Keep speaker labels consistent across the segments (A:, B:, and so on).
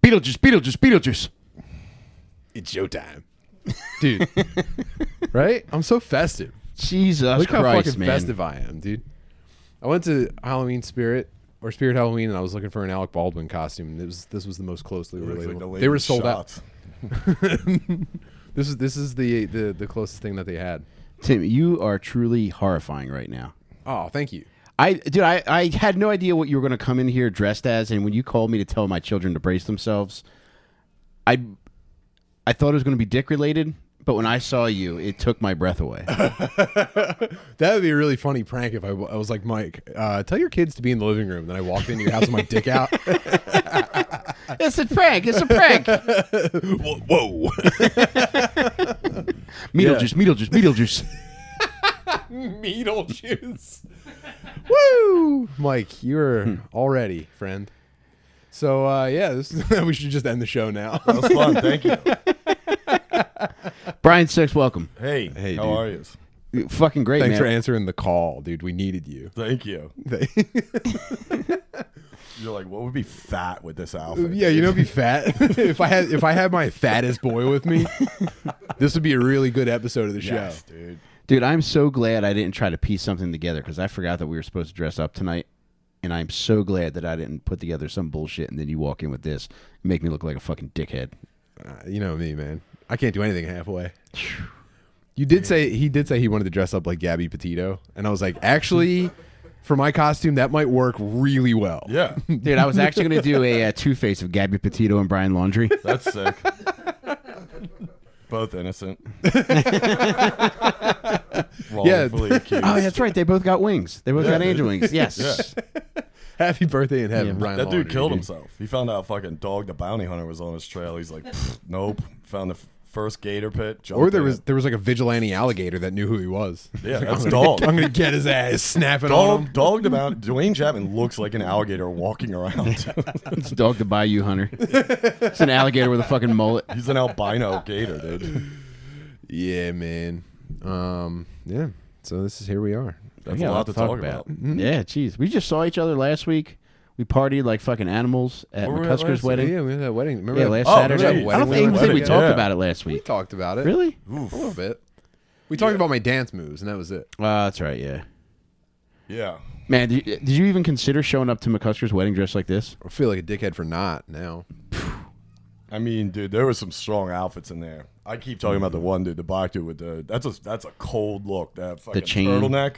A: Beetlejuice, Beetlejuice, Beetlejuice.
B: It's showtime.
A: Dude,
B: Right? I'm so festive.
A: Jesus
B: Look how
A: Christ,
B: fucking
A: man.
B: festive I am, dude. I went to Halloween Spirit or Spirit Halloween, and I was looking for an Alec Baldwin costume. And it was this was the most closely related. one. they were sold out. This is this is the, the the closest thing that they had.
A: Tim, you are truly horrifying right now.
B: Oh, thank you.
A: I dude, I, I had no idea what you were going to come in here dressed as, and when you called me to tell my children to brace themselves, I I thought it was going to be dick related, but when I saw you, it took my breath away.
B: That would be a really funny prank if I, w- I was like, Mike, uh, tell your kids to be in the living room. Then I walked into your house with my dick out.
A: it's a prank. It's a prank.
B: whoa. whoa.
A: Beetlejuice, Beetlejuice, Beetlejuice.
B: Needle juice. Woo! Mike,
C: Hmm.
B: you're already, friend. So, uh, yeah, this, we should just end the show now.
C: That was fun. Thank you.
A: Brian Six, welcome.
C: Hey,
B: Hey,
C: how
B: dude.
C: are you?
A: Fucking great,
B: Thanks for
A: man.
B: answering the call, dude. We needed you.
C: Thank you. You're like, what would be fat with this outfit?
B: yeah, you know, be fat. if I had if I had my fattest boy with me, this would be a really good episode of the show.
C: Yes, dude.
A: Dude, I'm so glad I didn't try to piece something together because I forgot that we were supposed to dress up tonight. And I'm so glad that I didn't put together some bullshit and then you walk in with this and make me look like a fucking dickhead.
B: Uh, you know me, man. I can't do anything halfway. You did say he did say he wanted to dress up like Gabby Petito, and I was like, actually, for my costume, that might work really well.
C: Yeah,
A: Dude, I was actually going to do a uh, two face of Gabby Petito and Brian Laundry.
C: that's sick. Both innocent. Wrongfully accused.
A: Oh, that's right. They both got wings. They both got angel wings. Yes.
B: Happy birthday in heaven,
A: Yeah.
B: Brian.
C: That
B: Laundrie,
C: dude killed himself. He found out fucking dog the bounty hunter was on his trail. He's like, "Pfft, nope. Found the f- first gator pit. jumped
B: Or there
C: in
B: was
C: it."
B: there was like a vigilante alligator that knew who he was.
C: Yeah,
B: Like,
C: that's
B: I'm gonna,
C: dog.
B: I'm gonna get his ass, snap it on
C: dog
B: him.
C: dog the bounty. Dwayne Chapman looks like an alligator walking around.
A: it's dog to buy you, Hunter. It's an alligator with a fucking mullet.
C: He's an albino gator, dude.
B: Yeah, man. Um, yeah. So this is here we are.
C: That's
A: We got
C: a lot to talk, about. Mm-hmm.
A: Yeah, jeez. We just saw each other last week. We partied like fucking animals at
C: Where were we at
A: McCusker's
C: last
A: wedding.
B: yeah, we had that wedding. Remember
A: Yeah,
B: that-
A: last
C: Oh,
A: Saturday.
C: really?
A: I
B: Wedding
A: don't think,
B: we
A: I think we
B: went
A: talked
C: to.
A: about it last
B: We
A: week.
B: talked about it.
A: Really?
B: A little bit. We talked about my dance moves, and that was it.
A: Uh, that's right. Yeah.
C: Yeah.
A: Man, did you, did you even consider showing up to McCusker's wedding dressed like this?
B: I feel like a dickhead for not now.
C: I mean, dude, there were some strong outfits in there. I keep talking about the one dude, the black dude with the that's a that's a cold look. That fucking
A: chain.
C: turtleneck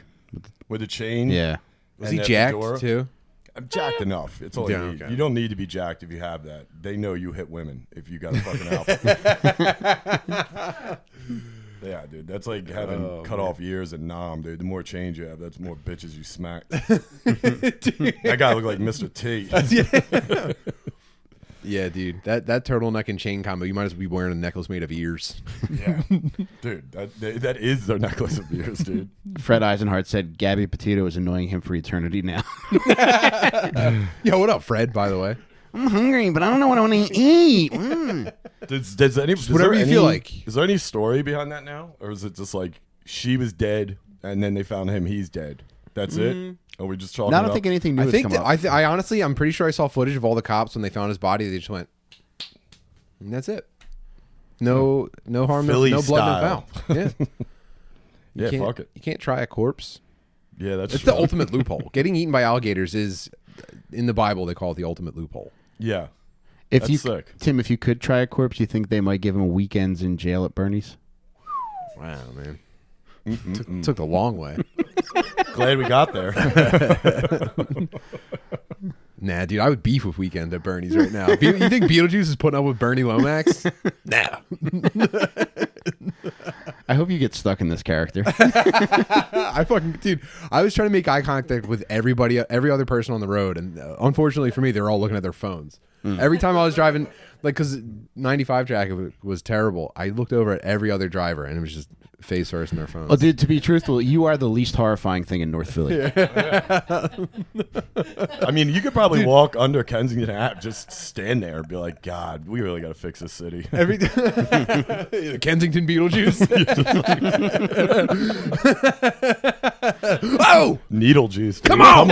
C: with the chain.
A: Yeah.
B: Was
C: And
B: he
C: that
B: jacked
C: fedora.
B: too?
C: I'm jacked enough. It's all you
B: Yeah,
C: need.
B: okay.
C: You don't need to be jacked if you have that. They know you hit women if you got a fucking outfit. yeah, dude, that's like having cut off ears and nom, dude. The more change you have, that's more bitches you smack. that guy looked like Mr. T.
B: Yeah, dude. That that turtleneck and chain combo. You might as well be wearing a necklace made of ears.
C: yeah, dude, that that that is their necklace of ears, dude.
A: Fred Eisenhart said Gabby Petito is annoying him for eternity now.
B: Yo, what up, Fred? By the way,
A: I'm hungry, but I don't know what I want to eat. Mm.
C: Does, does any is
B: whatever
C: there
B: you feel
C: any-
B: like.
C: Is there any story behind that now, or is it just like she was dead and then they found him? He's dead. That's it. Or we just talking?
A: I don't
C: up?
A: think anything new
B: Mm-hmm. I
A: has
B: think
A: come
B: that,
A: up.
B: I, th- I honestly, I'm pretty sure I saw footage of all the cops when they found his body. They just went, and that's it. No, no harm, no,
C: Hmm. Philly
B: no blood,
C: style.
B: no foul. Yeah, You
C: Yeah,
B: can't-
C: fuck it.
B: You can't try a corpse.
C: Yeah, that's
B: It's
C: true.
B: the ultimate loophole. Getting eaten by alligators is, in the Bible, they call it the ultimate loophole.
C: Yeah,
A: if
C: That's
A: you,
C: sick.
A: Tim, if you could try a corpse, you think they might give him weekends in jail at Bernie's?
B: Wow, man. Took, took the long way.
C: glad we got there.
B: Nah, dude, I would beef with Weekend at Bernie's right now. Be- you think Beetlejuice is putting up with Bernie Lomax? nah.
A: I hope you get stuck in this character.
B: I fucking dude. I was trying to make eye contact with everybody, every other person on the road, and uh, unfortunately for me, they were all looking at their phones. Every time I was driving, like, cause ninety-five traffic was terrible. I looked over at every other driver, and it was just face first in their phones.
A: well, dude, to be truthful, you are the least horrifying thing in North Philly.
C: I mean, you could probably walk under Kensington Ave, just stand there, and be like, God, we really got to fix this city.
B: Every Kensington Beetlejuice. oh,
C: Needle juice.
B: come on,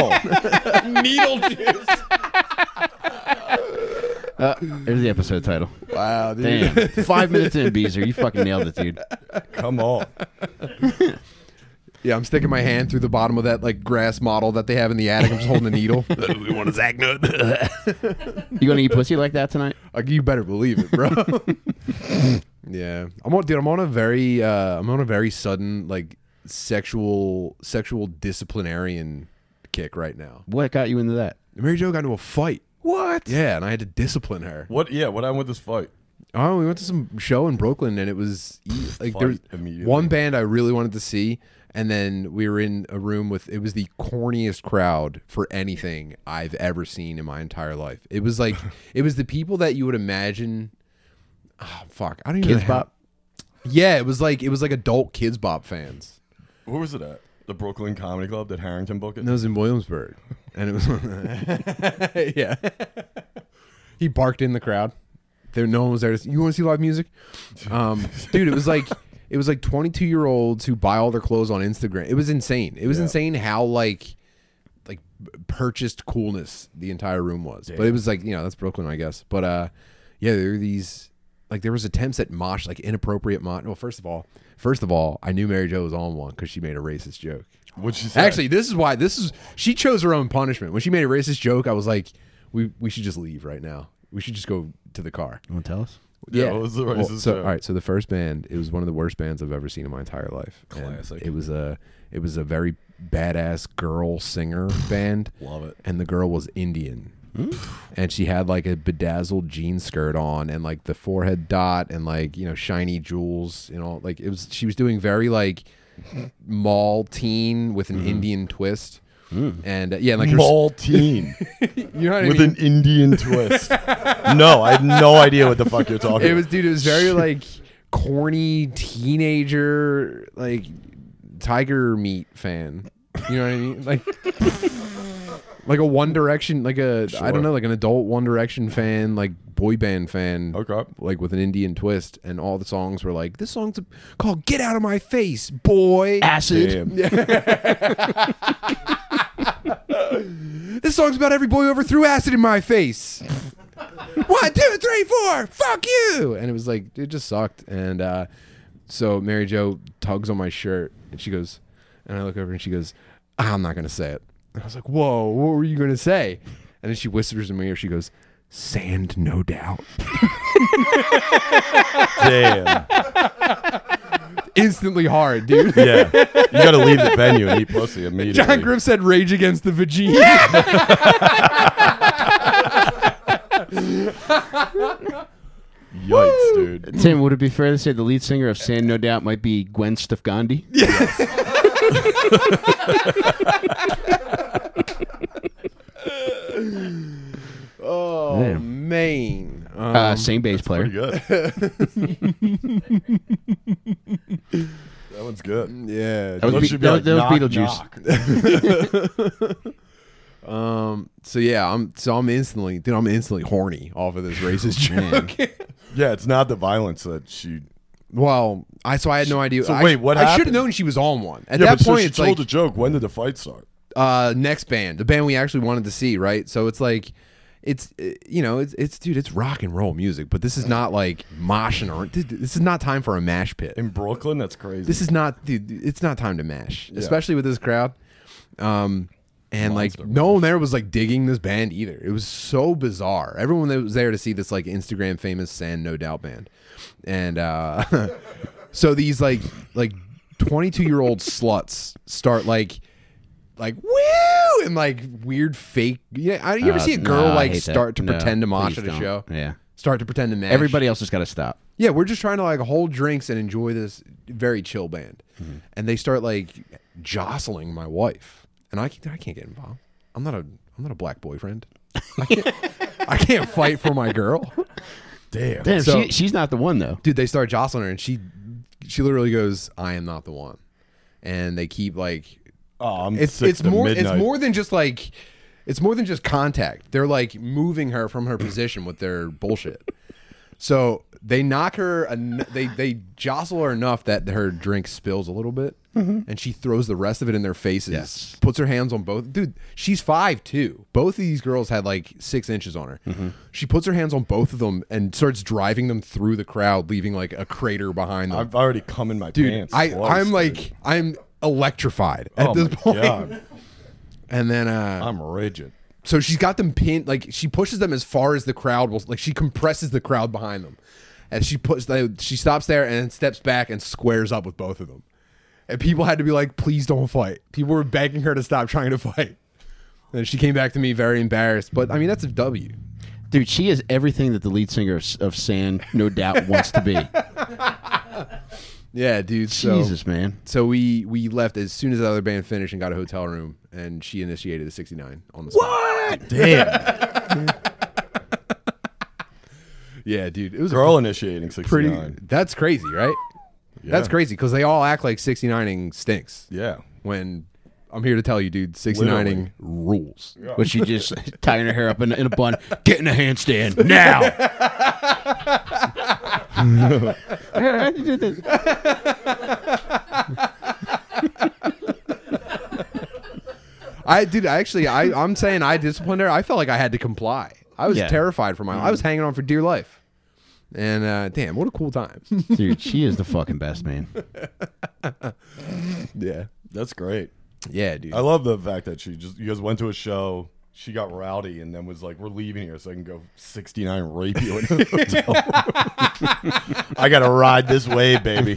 B: Needle juice.
A: Uh, there's the episode title.
B: Wow, dude.
A: Damn. Five minutes in, Beezer. You fucking nailed it, dude.
C: Come on.
B: Yeah, I'm sticking my hand through the bottom of that like grass model that they have in the attic. I'm just holding a needle. we want a Zach nut.
A: You gonna eat pussy like that tonight?
B: like, you better believe it, bro. yeah, I'm on, dude. I'm on a very, uh, I'm on a very sudden like sexual, sexual disciplinarian kick right now.
A: What got you into that?
B: Mary Jo got into a fight.
A: What?
B: Yeah, and I had to discipline her.
C: What? Yeah. What happened with this fight?
B: Oh, we went to some show in Brooklyn, and it was e, like there was
C: Fight immediately.
B: one band I really wanted to see, and then we were in a room with it was the corniest crowd for anything I've ever seen in my entire life. It was like it was the people that you would imagine. ah, fuck, I don't even.
A: Kids
B: know how-
A: Bop?
B: Yeah, it was like it was like adult Kids Bop fans.
C: Where was it at? The Brooklyn Comedy Club. Did Harrington book it?
B: And it was in Williamsburg, and it was yeah. he barked in the crowd. There, no one was there. To, you want to see live music, um, dude? It was like it was like twenty two year olds who buy all their clothes on Instagram. It was insane. It was
C: Yeah.
B: insane how like like b- purchased coolness the entire room was. But it was like you know that's Brooklyn, I guess. But uh, yeah, there were these like there was attempts at mosh, like inappropriate mosh. Well, first of all, first of all, I knew Mary Jo was on one because she made a racist joke.
C: What'd she say?
B: Actually, this is why this is she chose her own punishment. When she made a racist joke, I was like, we we should just leave right now. We should just go to the car.
A: You wanna tell us?
C: Yeah, what was the racist
B: so,
C: joke?
B: all right, so the first band, it was one of the worst bands I've ever seen in my entire life. And
C: Classic.
B: it was a it was a very badass girl singer band.
C: Love it.
B: And the girl was Indian.
C: Hmm.
B: And she had like a bedazzled jean skirt on and like the forehead dot and like, you know, shiny jewels and all like it was she was doing very like mall teen with an
C: Mm-hmm.
B: Indian twist. And uh, yeah, like her s-
C: Maltine
B: you know what I
C: Hmm. with
B: mean?
C: an Indian twist. no, I have no idea what the fuck you're talking.
B: It was,
C: about.
B: dude. It was very like corny teenager, like tiger meat fan. You know what I mean? Like, like a One Direction, like a I
C: Sure.
B: don't know, like an adult One Direction fan, like boy band fan.
C: Okay.
B: Like with an Indian twist, and all the songs were like, this song's called "Get Out of My Face, Boy."
A: Acid.
C: Damn.
B: This song's about every boy over threw acid in my face. One, two, three, four. Fuck you. And it was like it just sucked. And uh, so Mary Jo tugs on my shirt and she goes, and I look over and she goes, I'm not gonna say it. And I was like, Whoa, what were you gonna say? And then she whispers in my ear, she goes, Sand, no doubt.
C: Damn.
B: Instantly hard, dude.
C: Yeah. You got to leave the venue and eat pussy immediately.
B: John Griff said Rage Against the Vagina.
C: Yikes, dude.
A: Tim, would it be fair to say the lead singer of Sand No Doubt might be Gwen Stefani? Yeah.
B: oh
A: Yeah.
B: man. Um,
A: Uh, same bass player.
C: Pretty good. that one's good.
B: Mm, yeah.
A: That was,
C: Those
A: Be-
C: should
A: that-
C: like,
A: that was
C: knock,
A: Beetlejuice.
C: knock.
B: Um. So yeah, I'm. So I'm instantly, dude. I'm instantly horny off of this
C: Oh,
B: racist joke.
C: Yeah, it's not the violence that she.
B: well, I. So I had no idea.
C: So
B: I-
C: wait, what
B: I should have
C: happened?
B: known she was on one. At
C: Yeah,
B: that
C: but so
B: point,
C: she
B: it's
C: told
B: like
C: the joke. When did the fight start?
B: uh, next band, the band we actually wanted to see, right? So it's like. It's uh, you know it's it's dude it's rock and roll music but this is not like moshing or dude, this is not time for a mash pit
C: In Brooklyn? That's crazy.
B: this is not dude it's not time to mash especially with this crowd um and like no one there was like digging this band either it was so bizarre everyone that was there to see this like instagram famous sand no doubt band and uh so these like like 22 year old sluts start like like woo and like weird fake yeah I- you ever
A: Uh,
B: see a girl like start to pretend to mosh at a show
A: Yeah.
B: start to pretend to mash
A: Everybody else has got to stop.
B: yeah, we're just trying to like hold drinks and enjoy this very chill band. And they start like jostling my wife. And I can't, I can't get involved. I'm not a I'm not a black boyfriend. I can't, I can't fight for my girl.
C: Damn.
A: Damn,
B: So-
A: she, she's not the one though.
B: Dude, they start jostling her and she she literally goes, "I am not the one." And they keep like
C: Oh, I'm
B: it's
C: sick
B: it's
C: to
B: more
C: midnight.
B: it's more than just like it's more than just contact. They're like moving her from her position with their bullshit. So they knock her, en- they they jostle her enough that her drink spills a little bit,
C: Mm-hmm.
B: and she throws the rest of it in their faces.
A: Yes.
B: Puts her hands on both. Dude, she's five too. Both of these girls had like six inches on her.
C: Mm-hmm.
B: She puts her hands on both of them and starts driving them through the crowd, leaving like a crater behind them.
C: I've already come in my
B: dude,
C: pants.
B: I
C: twice,
B: I'm
C: dude.
B: like I'm electrified at
C: Oh
B: this
C: my
B: point.
C: God.
B: And then uh,
C: I'm rigid.
B: so she's got them pinned like she pushes them as far as the crowd will like she compresses the crowd behind them and she puts they, she stops there and then steps back and squares up with both of them and people had to be like please don't fight people were begging her to stop trying to fight and she came back to me very embarrassed but i mean that's a w
A: Dude, she is everything that the lead singer of- of Sand, no doubt, wants to be.
B: yeah dude so
A: Jesus, man.
B: so we we left as soon as the other band finished and got a hotel room and she initiated a 69 on the spot
A: Damn.
B: yeah dude it was a
C: Girl initiating 69.
B: pretty that's crazy right that's
C: Yeah.
B: crazy because they all act like 69ing stinks
C: Yeah.
B: when I'm here to tell you, dude, 69ing rules.
A: Was she just tying her hair up in, in a bun, getting a handstand now?
B: I, dude, I actually, I, I'm saying I disciplined her. I felt like I had to comply. I was
A: Yeah.
B: terrified for my. I was
C: Mm-hmm.
B: hanging on for dear life. And uh, damn, what a cool time.
A: Dude, she is the fucking best, man.
B: yeah,
C: That's great.
B: yeah, dude.
C: I love the fact that she just, you guys went to a show. She got rowdy and then was like, "We're leaving here, so I can go 69 rape you in the hotel room." I gotta ride this way, baby.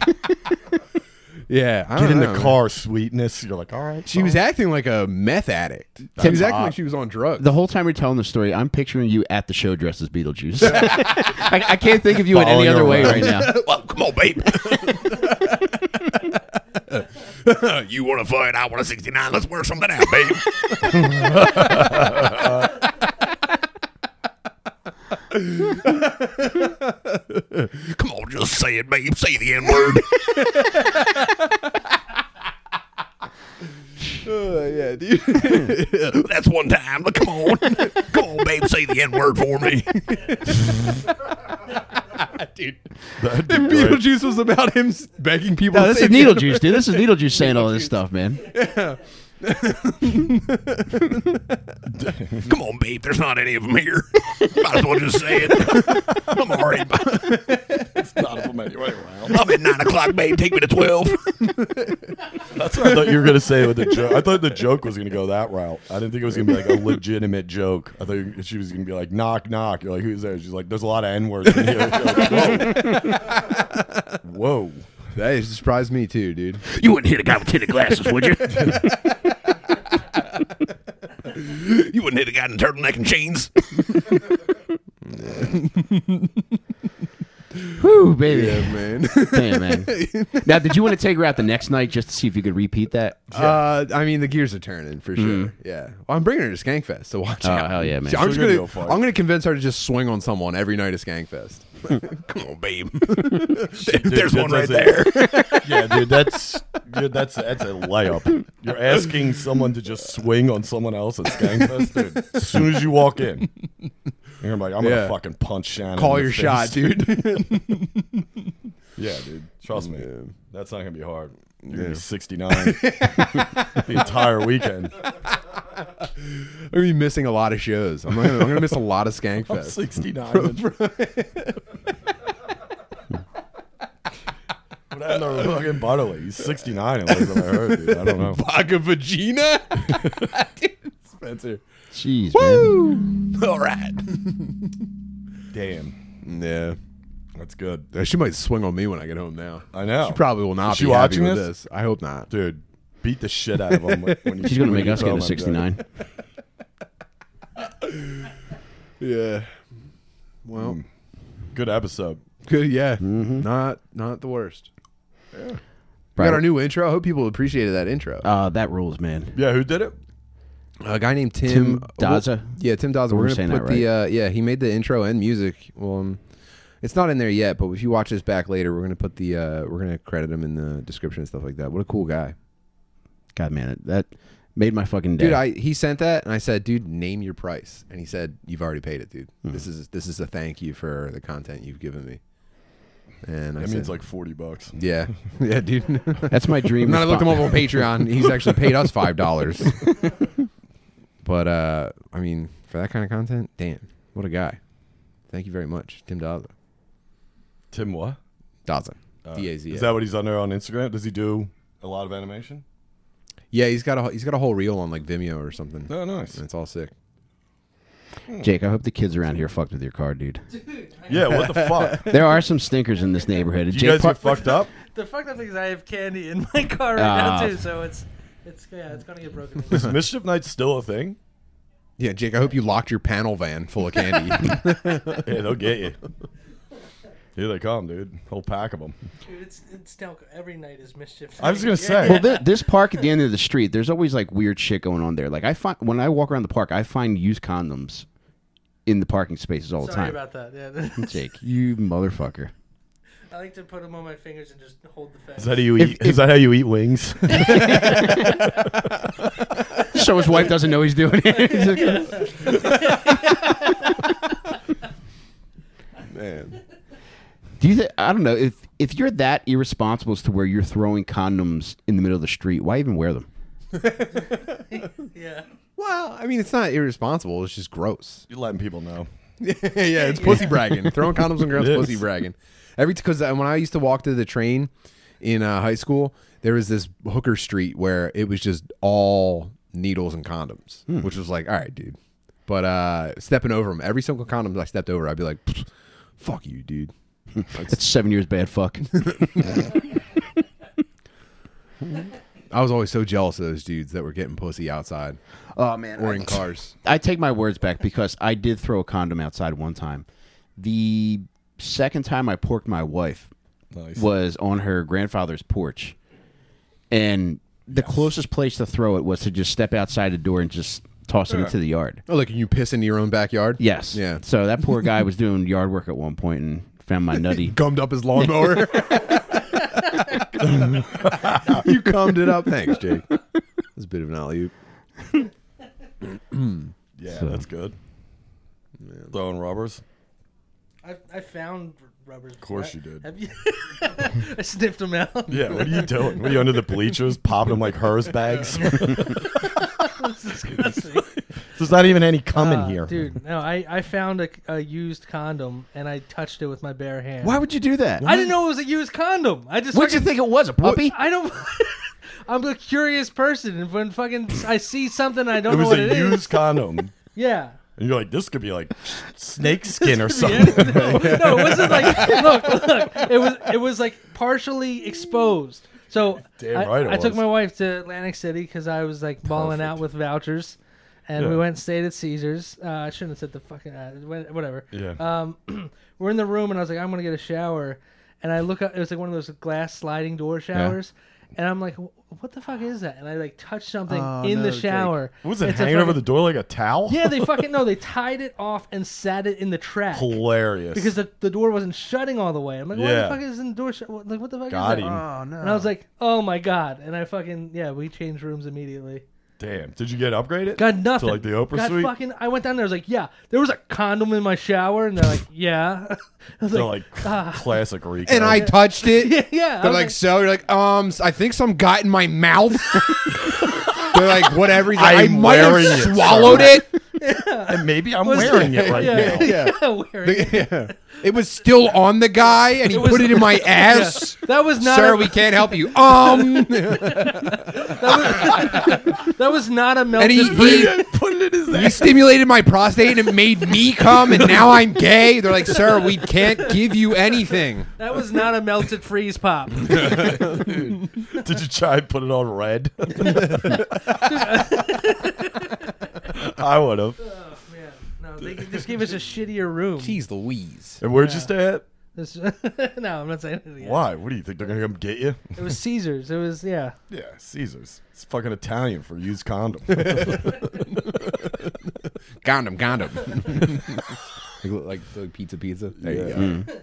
B: yeah, I
C: Get
B: don't
C: in
B: know,
C: the
B: man.
C: car, sweetness. You're like, all right.
B: She was acting like a meth addict. She was acting
C: hot.
B: like she was on drugs.
A: The whole time you're telling the story, I'm picturing you at the show dressed as Beetlejuice. I, I can't think of you in any
C: Following
A: other way
C: around.
A: right now.
B: well, come on, babe.
D: you want a fight? I want a 69. Let's work something out, babe. Come on, just say it, babe. Say the N word.
B: Uh, yeah, dude.
D: That's one time. But come on. Come on, babe. Say the N word for me.
B: dude.
C: That'd be great.
B: Beetlejuice was about him s- begging people.
A: No,
B: to
A: this
B: say
A: is Needlejuice, dude. This is Needlejuice saying all this stuff, man.
D: Come on, babe. There's not any of them here. Might as well just say it. I'm already.
C: Not from anywhere around.
D: I'm at 9 o'clock, babe. Take me to 12.
C: That's what I thought you were gonna say with the joke. I thought the joke was gonna go that route. I didn't think it was gonna be like a legitimate joke. I thought she was gonna be like, knock, knock. You're like, who's there? She's like, there's a lot of n words in here. You're like, Whoa. Whoa.
B: That surprised me too, dude.
D: You wouldn't hit a guy with tinted glasses, would you? you wouldn't hit a guy in a turtleneck and chains.
A: Whew, baby.
B: man.
A: Damn, man. Now, did you want to take her out the next night just to see if you could repeat that?
B: Uh, I mean, the gears are turning for sure. Yeah, well, I'm bringing her to Skankfest, so watch
A: Oh,
B: out.
A: hell yeah, man.
B: See, I'm
C: She's
B: just
C: gonna
B: gonna,
C: go far.
B: I'm gonna convince her to just swing on someone every night at Skankfest.
D: Come on, babe.
C: Dude,
D: There's
C: that-
D: one right
C: that's a- yeah, dude, that's dude, that's that's a layup. You're asking someone to just swing on someone else at Skankfest, dude. As soon as you walk in, you're like, I'm gonna
B: Yeah.
C: fucking punch Shannon.
B: Call
C: in
B: your
C: the face.
B: shot, dude.
C: Yeah, dude. Trust me, that's not gonna be hard. You're gonna be 69 the entire weekend.
B: I'm gonna be missing a lot of shows. I'm gonna, I'm gonna miss a lot of Skankfest.
C: 69. Put that in the fucking bottle. He's 69. It was what I heard, dude. I don't know.
B: Vodka vagina, Dude, Spencer.
A: Jeez, man.
D: All right.
C: Damn,
B: Yeah,
C: that's good.
B: Uh, she might swing on me when I get home. Now
C: I know.
B: she probably will not
C: Is she
B: be happy
C: watching
B: with
C: this?
B: this? I hope not.
C: dude, beat the shit out of him. When you,
A: She's going
C: when
A: to make
C: you
A: us
C: throw
B: Oh,
A: get
C: him
A: a
C: out of
A: 69.
B: Yeah. Well,
C: bed. Hmm. Good episode.
B: good. Yeah, not not the worst. We
A: Right.
B: got our new intro. I hope people appreciated that intro.
A: Uh, that rules, man.
C: Yeah, who did it?
B: a guy named Tim, uh,
A: Tim
B: we'll-
A: Daza?
B: yeah, Tim Daza. We're,
A: We're
B: gonna
A: saying
B: put
A: that
B: the uh, yeah. He made the intro and music. Well, um, it's not in there yet, but if you watch this back later, we're gonna put the uh, we're gonna credit him in the description and stuff like that. What a cool guy,
A: God, man, it- that made my fucking day.
B: dude! I he sent that and I said, dude, name your price,
A: Hmm.
B: and he said, you've already paid it, dude. This is this is a thank you for the content you've given me. And I
C: That
B: said,
C: means like forty bucks.
B: yeah, yeah, dude. and
A: That's my dream.
B: then I looked him
A: response.
B: up on Patreon. He's actually paid us five dollars. but uh, I mean, for that kind of content, damn, what a guy! Thank you very much, Tim Daza.
C: Tim, what?
B: Daza,
C: Uh,
B: D A Z. A.
C: Is that what he's under on Instagram? Does he do a lot of animation?
B: Yeah, he's got a he's got a whole reel on like Vimeo or something.
C: Oh, nice.
B: And it's all sick.
A: Jake, I hope the kids around here fucked with your car, dude.
C: Yeah. What the fuck? Do
A: There are some stinkers in this neighborhood.
C: you
A: Jake
C: guys
A: Par-
C: get fucked up?
E: The fucked up thing is I have candy in my car right now
A: Ah.
E: too, so it's it's yeah, it's gonna get broken.
C: Is mischief night still a thing?
B: Yeah, Jake, I hope you locked your panel van full of candy.
C: Yeah, they'll get you. Here they come, dude. Whole pack of them.
E: Dude, it's it's now every night is mischief.
C: I was gonna
E: Yeah,
C: say.
A: well, thi- this park at the end of the street, there's always like weird shit going on there. Like I find when I walk around the park, I find used condoms in the parking spaces all the
E: Sorry
A: time.
E: about that. Yeah,
A: Jake, you motherfucker.
E: I like to put them on my fingers and just hold the fence.
C: Is that how you
A: If-
C: eat? is that how you eat wings?
A: So his wife doesn't know he's doing it. He's like,
C: Man,
A: Do you? Th- I don't know if if you're that irresponsible as to where you're throwing condoms in the middle of the street, why even wear them?
E: yeah.
B: well, I mean, it's not irresponsible. It's just gross.
C: you're letting people know.
B: yeah, it's pussy bragging. Throwing condoms on ground
C: It is.
B: is pussy bragging. Every because when I used to walk to the train in uh, high school, there was this hooker street where it was just all needles and condoms, which was like, all right, dude. But uh, stepping over them, every single condom I stepped over, I'd be like, "Pfft, "Fuck you, dude."
A: That's seven years bad fuck.
B: I was always so jealous of those dudes that were getting pussy outside
A: oh man,
B: or in cars.
A: I take my words back because I did throw a condom outside one time. The second time I porked my wife
C: Nice.
A: was on her grandfather's porch, and the closest place to throw it was to just step outside the door and just toss it into the yard.
B: Oh, like you piss into your own backyard?
A: Yes.
B: Yeah.
A: So that poor guy was doing yard work at one point and found my nutty.
B: Gummed up his lawnmower. you gummed it up. Thanks, Jake. That's a bit of an alley oop.
C: Yeah,
A: So-
C: that's good. Throwing rubbers.
E: I I found r- rubbers. Of
C: course you did.
E: Have you? I sniffed them out.
C: Yeah, what are you doing? What are you under the bleachers, popping them like hers bags?
E: It's disgusting.
C: There's not even any cum in
E: Uh,
C: here,
E: dude. No, I I found a, a used condom and I touched it with my bare hand.
A: Why would you do that?
E: I didn't know it was a used condom. I just
A: What'd you
E: fucking-
A: think it was? A puppy?
E: I don't. I'm a curious person, and when fucking I see something I don't
C: It
E: know
C: was
E: what
C: a
E: it is.
C: used condom, and
E: Yeah.
C: you're like, this could be like snake skin or
E: Yeah,
C: something.
E: no, no, it wasn't like look, look. It was it was like partially exposed. So
C: Damn
E: I,
C: right it
E: I took
C: was.
E: my wife to Atlantic City because I was like balling out with vouchers, and we
C: Yeah.
E: went and stayed at Caesars. Uh, I shouldn't have said the fucking uh, wha- whatever.
C: Yeah.
E: Um, we're in the room, and I was like, I'm gonna get a shower, and I look up. It was like one of those glass sliding door showers. And I'm like, "Wh- what the fuck is that? And I like touched something in the shower.
C: What was it
E: It's a
C: hanging over the
E: fucking-
C: door like a towel?
E: Yeah, they fucking no, they tied it off and sat it in the track
C: hilarious.
E: because the, the door wasn't shutting all the way. I'm like, what
C: Yeah.
E: the fuck is in the door? Shut? What, like, what the fuck
C: got
E: is
C: him.
E: that? And I was like, oh my god! And I fucking yeah, we changed rooms immediately.
C: Damn, did you get upgraded?
E: Got nothing.
C: To like the Oprah
E: Got
C: suite.
E: fucking. I went down there. I was like, yeah, there was a condom in my shower, and they're like, yeah. I was
C: They're
E: like,
C: like classic Rico.
B: And I touched it.
E: yeah, yeah. I
B: They're
E: was
B: like, so you're like, um, s- I think some got in my mouth. They're like, whatever. He's like, I
C: I'm
B: might
C: wearing
B: have
C: it,
B: swallowed
C: sir.
B: it.
C: and maybe I'm
E: Was-
C: wearing it right
E: yeah,
C: now.
E: yeah, wearing it.
B: yeah. It was still on the guy, and he
E: It was-
B: put it in my
E: Yeah.
B: ass.
E: That was not.
B: Sir,
E: a,
B: we can't help you. Um,
E: that was not a
B: and
E: melted.
B: he, he
C: Put it in his
B: You stimulated my prostate and it made me come, and now I'm gay. They're like, sir, we can't give you anything.
E: that was not a melted freeze pop.
C: Did you try and put it on red? I would have.
E: oh man, no, they just gave us a shittier room.
B: Louise.
C: And where'd you stay at?
E: This- no, I'm not saying it again.
C: Why? What do you think they're gonna come get you?
E: It was Caesars. It was yeah.
C: Yeah, Caesars. It's fucking Italian for used condom.
B: Condom, condom. like, like the pizza, pizza. There you go.
C: Mm.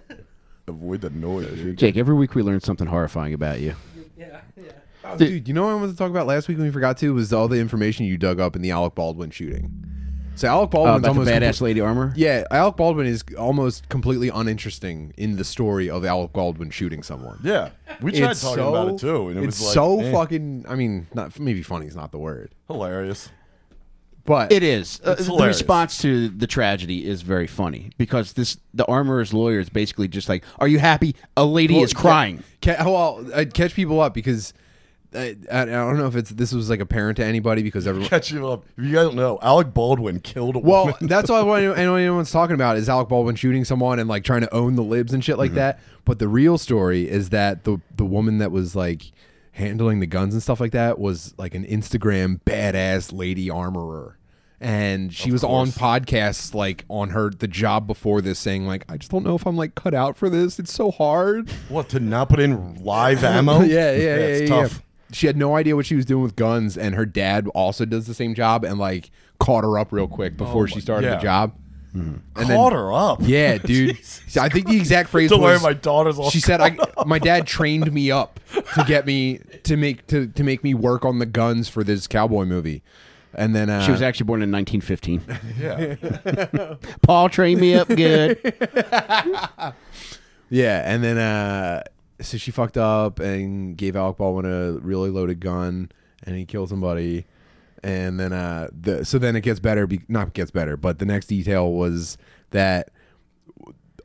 C: Avoid the noise. dude.
A: Jake, every week we learn something horrifying about you.
E: Yeah, yeah.
B: Oh, dude, you know what I wanted to talk about last week and we forgot to was all the information you dug up in the Alec Baldwin shooting. So Alec
A: Uh,
B: Baldwin's
A: about the
B: almost
A: badass
B: complete-
A: lady armor.
B: Yeah, Alec Baldwin is almost completely uninteresting in the story of Alec Baldwin shooting someone.
C: Yeah, we tried talking about it too, and it
B: it's
C: was like
B: so
C: eh,
B: fucking. I mean, not maybe funny is not the word,
C: hilarious.
B: but
A: It is. Uh,
C: It's
A: the
C: hilarious.
A: response to the tragedy is very funny because this the armorer's lawyer is basically just like, "Are you happy? A lady
B: Well,
A: is crying."
B: Ca- ca- well, I'd catch people up because I, I, I don't know if it's this was like apparent to anybody because everyone.
C: Catch you up. If you guys don't know, Alec Baldwin killed a
B: Well,
C: woman.
B: that's all I want. I know anyone's talking about is Alec Baldwin shooting someone and like trying to own the libs and shit like that. But the real story is that the the woman that was like handling the guns and stuff like that was like an Instagram badass lady armorer. And she was on podcasts like on her the job before this saying like I just don't know if I'm like cut out for this. It's so hard.
C: What to not put in live ammo?
B: yeah, yeah, yeah,
C: it's
B: yeah,
C: Oh. tough.
B: yeah. She had no idea what she was doing with guns, and her dad also does the same job and like caught her up real quick before she started
C: Oh yeah. Mm-hmm.
B: the job. And then-
C: Caught her up.
B: Yeah, dude.
C: Jesus
B: So I think the exact phrase
C: Don't worry,
B: was
C: my daughter's all
B: She said, "I my dad trained me up to get me to make to, to make me work on the guns for this cowboy movie." And then uh,
A: She was actually born in 1915.
C: Yeah.
A: Paul trained me up good.
B: Yeah, and then uh so she fucked up and gave Alec Baldwin a really loaded gun, and he killed somebody. And then uh the so then it gets better, be, not gets better, but the next detail was that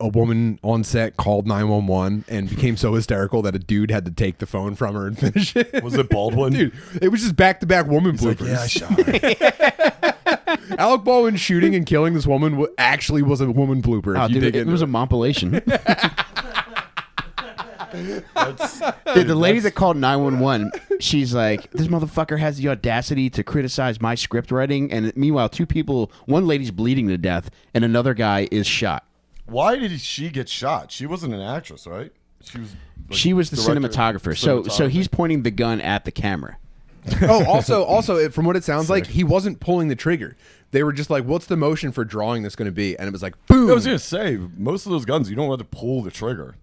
B: a woman on set called nine one one and became so hysterical that a dude had to take the phone from her and finish it.
C: Was it Baldwin?
B: Dude, it was just back to back woman
C: Like,
B: bloopers.
C: yeah, I shot her.
B: Alec Baldwin shooting and killing this woman wa- actually was a woman blooper. if
A: Oh,
B: you
A: dude,
B: dig
A: it, it
B: into
A: was a compilation.
C: That's,
A: Dude, the lady that called 911, she's like, this motherfucker has the audacity to criticize my script writing. And meanwhile, two people, one lady's bleeding to death, and another guy is shot.
C: why did she get shot? She wasn't an actress, right? She was. like,
A: She was the
C: director-
A: cinematographer. So, so
C: cinematographer.
A: he's pointing the gun at the camera.
B: oh, also, also, it- from what it sounds like, he wasn't pulling the trigger. They were just like, "What's the motion for drawing this going to be?" And it was like, boom.
C: I was gonna say most of those guns you don't have to pull the trigger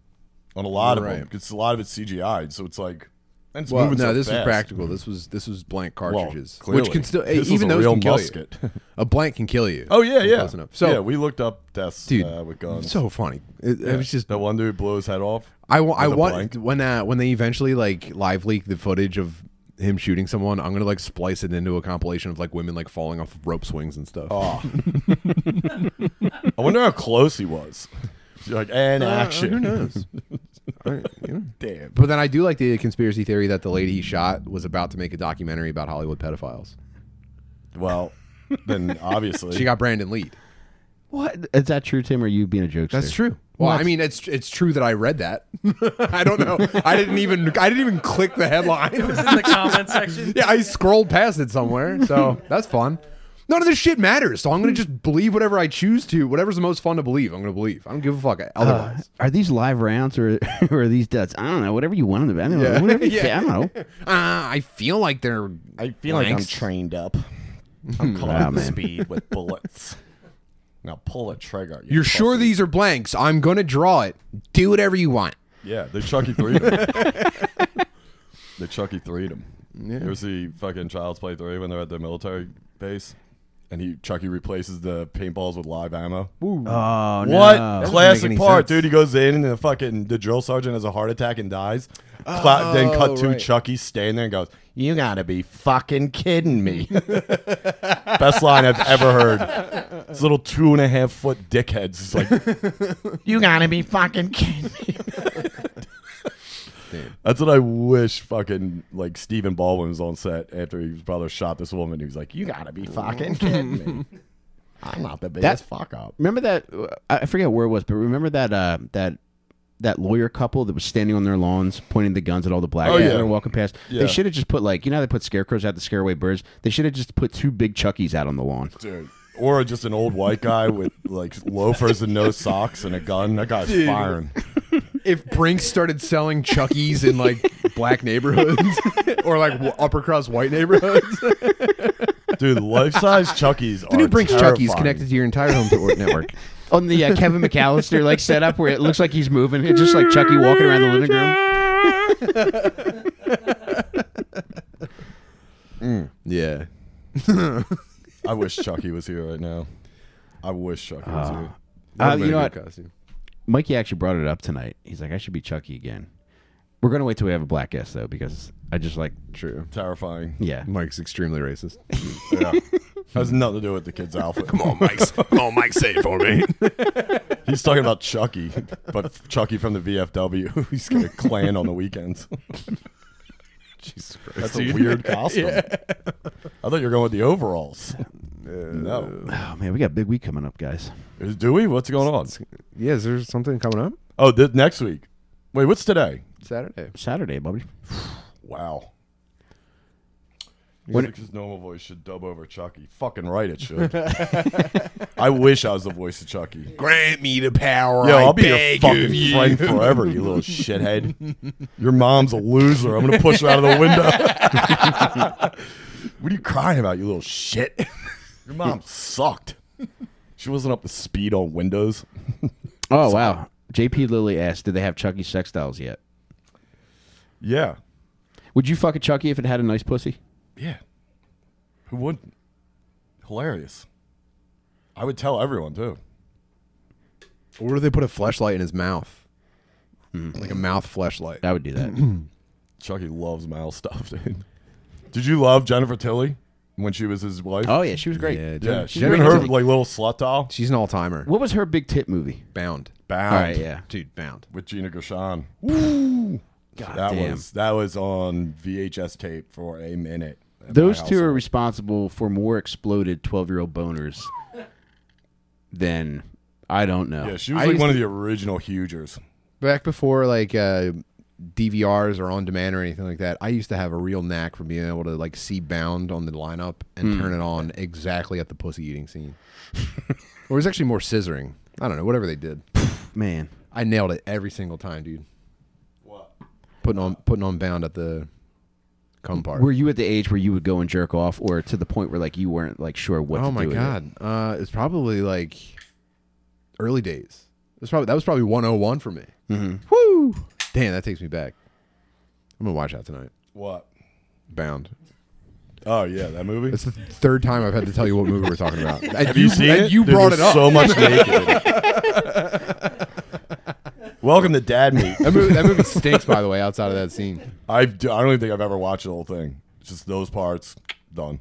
C: on a lot of
B: Right.
C: them because a lot of it's CGI. So it's like, and it's
B: well,
C: moving
B: no,
C: so
B: this was
C: fast.
B: practical. This was this was blank cartridges,
C: clearly.
B: which can still
C: This
B: e-
C: was
B: even
C: a
B: those
C: real
B: can kill
C: musket.
B: you. A blank can kill you.
C: Oh yeah,
B: If
C: yeah.
B: close enough. So
C: yeah, we looked up deaths
B: dude,
C: uh, with guns.
B: so funny. It, it was just
C: that one dude blew his head off.
B: I want. I
C: with a
B: want
C: blank.
B: when uh, when they eventually like live leak the footage of him shooting someone. I'm gonna like splice it into a compilation of like women like falling off rope swings and stuff.
C: Oh. I wonder how close he was. Like "Eh, and action.
B: Uh, Who knows?
C: Damn.
B: But then I do like the conspiracy theory that the lady he shot was about to make a documentary about Hollywood pedophiles.
C: Well, then obviously
B: She got Brandon Lead.
A: What? Is that true, Tim? Or are you being a jokester?
B: true. Well, I mean, it's it's true that I read that. I don't know. I didn't even I didn't even click the headline.
E: in the comment section.
B: yeah, I scrolled past it somewhere. So that's fun. None of this shit matters. So I'm gonna just believe whatever I choose to. Whatever's the most fun to believe, I'm gonna believe. I don't give a fuck
A: Uh,
B: otherwise.
A: are these live rounds or, or are these duds? I don't know. Whatever you want them to be. I don't know. Whatever you say, I don't know.
B: Uh, I feel like they're.
C: I feel like I'm trained up.
B: Hmm.
C: I'm
B: Ah,
C: caught
A: Wow,
C: up to
A: man.
C: speed with bullets. Now pull a trigger. you
B: You're sure
C: pussy.
B: these are blanks? I'm gonna draw it. Do whatever you want.
C: Yeah, they Chucky three. they Chucky E. three them. You ever see fucking Child's Play three when they're at the military base, and he Chucky replaces the paintballs with live ammo.
A: Oh, no.
C: What
B: doesn't make
C: classic
B: any
C: part,
B: sense.
C: dude? He goes in and the fucking the drill sergeant has a heart attack and dies. Cla- then
D: Oh,
C: cut to
B: right.
C: Chucky standing there and goes, "You gotta be fucking kidding me!" Best line I've ever heard. This little two and a half foot dickheads is like,
D: You gotta be fucking kidding me.
C: that's what I wish fucking like Stephen Baldwin was on set after his brother shot this woman. He was like, "You gotta be fucking kidding me! I'm not the biggest fuck up."
A: Remember that? I I forget where it was, but remember that uh, that that lawyer couple that was standing on their lawns pointing the guns at all the black
C: Oh,
A: guys
C: yeah.
A: that are walking past.
C: Yeah.
A: They should have just put like you know how they put scarecrows out to scare away birds. They should have just put two big Chuckies out on the lawn.
C: Dude. Or just an old white guy with like loafers and no socks and a gun. That guy's firing.
B: if Brinks started selling Chuckies in like black neighborhoods or like w- upper crust white neighborhoods, the
C: Dude, life size Chuckies are terrifying.
B: to your entire home network.
A: On the uh, Kevin McAllister like setup where it looks like he's moving, it's just like Chucky walking around the living room.
B: Yeah,
C: I wish Chucky was here right now. I wish Chucky was here.
A: Uh,
B: Very
A: you know
B: good
A: what?
B: costume.
A: Mikey actually brought it up tonight. He's like, I should be Chucky again. We're gonna wait till we have a black guest though, because I just like,
B: True.
C: Terrifying.
A: yeah,
B: Mike's extremely racist.
C: Yeah. Has nothing to do with the kid's outfit.
D: Come on, Mike. Come on, Mike. Say it for me.
C: He's talking about Chucky, but Chucky from the VFW. He's gonna clan on the weekends.
B: Jesus Christ.
C: That's a weird costume. I thought you were going with the overalls. no.
A: Oh man, we got a big week coming up, guys.
C: Is Dewey? What's going on?
B: Yeah, is there something coming up
C: Oh, this, next week. Wait, what's today?
B: Saturday?
A: Saturday, Bobby.
C: Wow.
A: When-
C: Music's normal voice should dub over Chucky. Fucking right, it should. I wish I was the voice of Chucky.
D: Grant me the power.
C: Yo,
D: I
C: I'll be your
D: beg of
C: fucking
D: you.
C: friend forever, you little shithead. Your mom's a loser. I'm gonna push her out of the window. what are you crying about, you little shit? Your mom sucked. She wasn't up to speed on Windows.
A: Oh wow. JP Lilly asked, "Did they have Chucky sex dolls yet?
C: Yeah.
A: Would you fuck a Chucky if it had a nice pussy?"
C: Yeah. Who wouldn't? Hilarious. I would tell everyone too.
B: Or do they put a flashlight in his mouth? Like a mouth flashlight.
A: I would do that.
C: Chucky loves mouth stuff, dude. Did you love Jennifer Tilly when she was his wife?
A: oh yeah, she was great.
C: yeah. She
A: Jennifer
C: and her
A: Tilly.
C: like little slut doll
B: She's an all timer.
A: What was her big tit movie?
B: Bound.
C: bound
A: All right, yeah.
B: Dude, bound.
C: with Gina Gershon. Woo!
A: God
C: that
A: damn.
C: was that was on VHS tape for a minute. at my
A: Those two are
C: household.
A: responsible for more exploded twelve-year-old boners than I don't know.
C: Yeah, she was
B: I
C: like
B: used
C: one of
B: to-
C: the original hugers.
B: Back before like uh, DVRs or on demand or anything like that, I used to have a real knack for being able to like see bound on the lineup
A: Hmm.
B: and turn it on exactly at the pussy eating scene. or it was actually more scissoring. I don't know, whatever they did.
A: Man,
B: I nailed it every single time, dude.
C: What?
B: Putting on putting on bound at the cum part.
A: were you at the age where you would go and jerk off, or to the point where like you weren't like sure what?
B: oh
A: to
B: my
A: do with it?
B: god uh it's probably like early days it was probably that was probably 101 for me
A: Mm-hmm.
B: woo damn that takes me back i'm gonna watch that tonight
C: What?
B: bound
C: Oh yeah, that movie.
B: it's the third time i've had to tell you what movie we're talking about And
C: Have you, seen
B: and
C: it?
B: you
C: Dude,
B: brought
C: there's
B: it up
C: So much naked. Welcome to Dad Meat.
B: that, movie, that movie stinks by the way outside of that scene
C: I've, I don't even think I've ever watched the whole thing. It's just those parts done.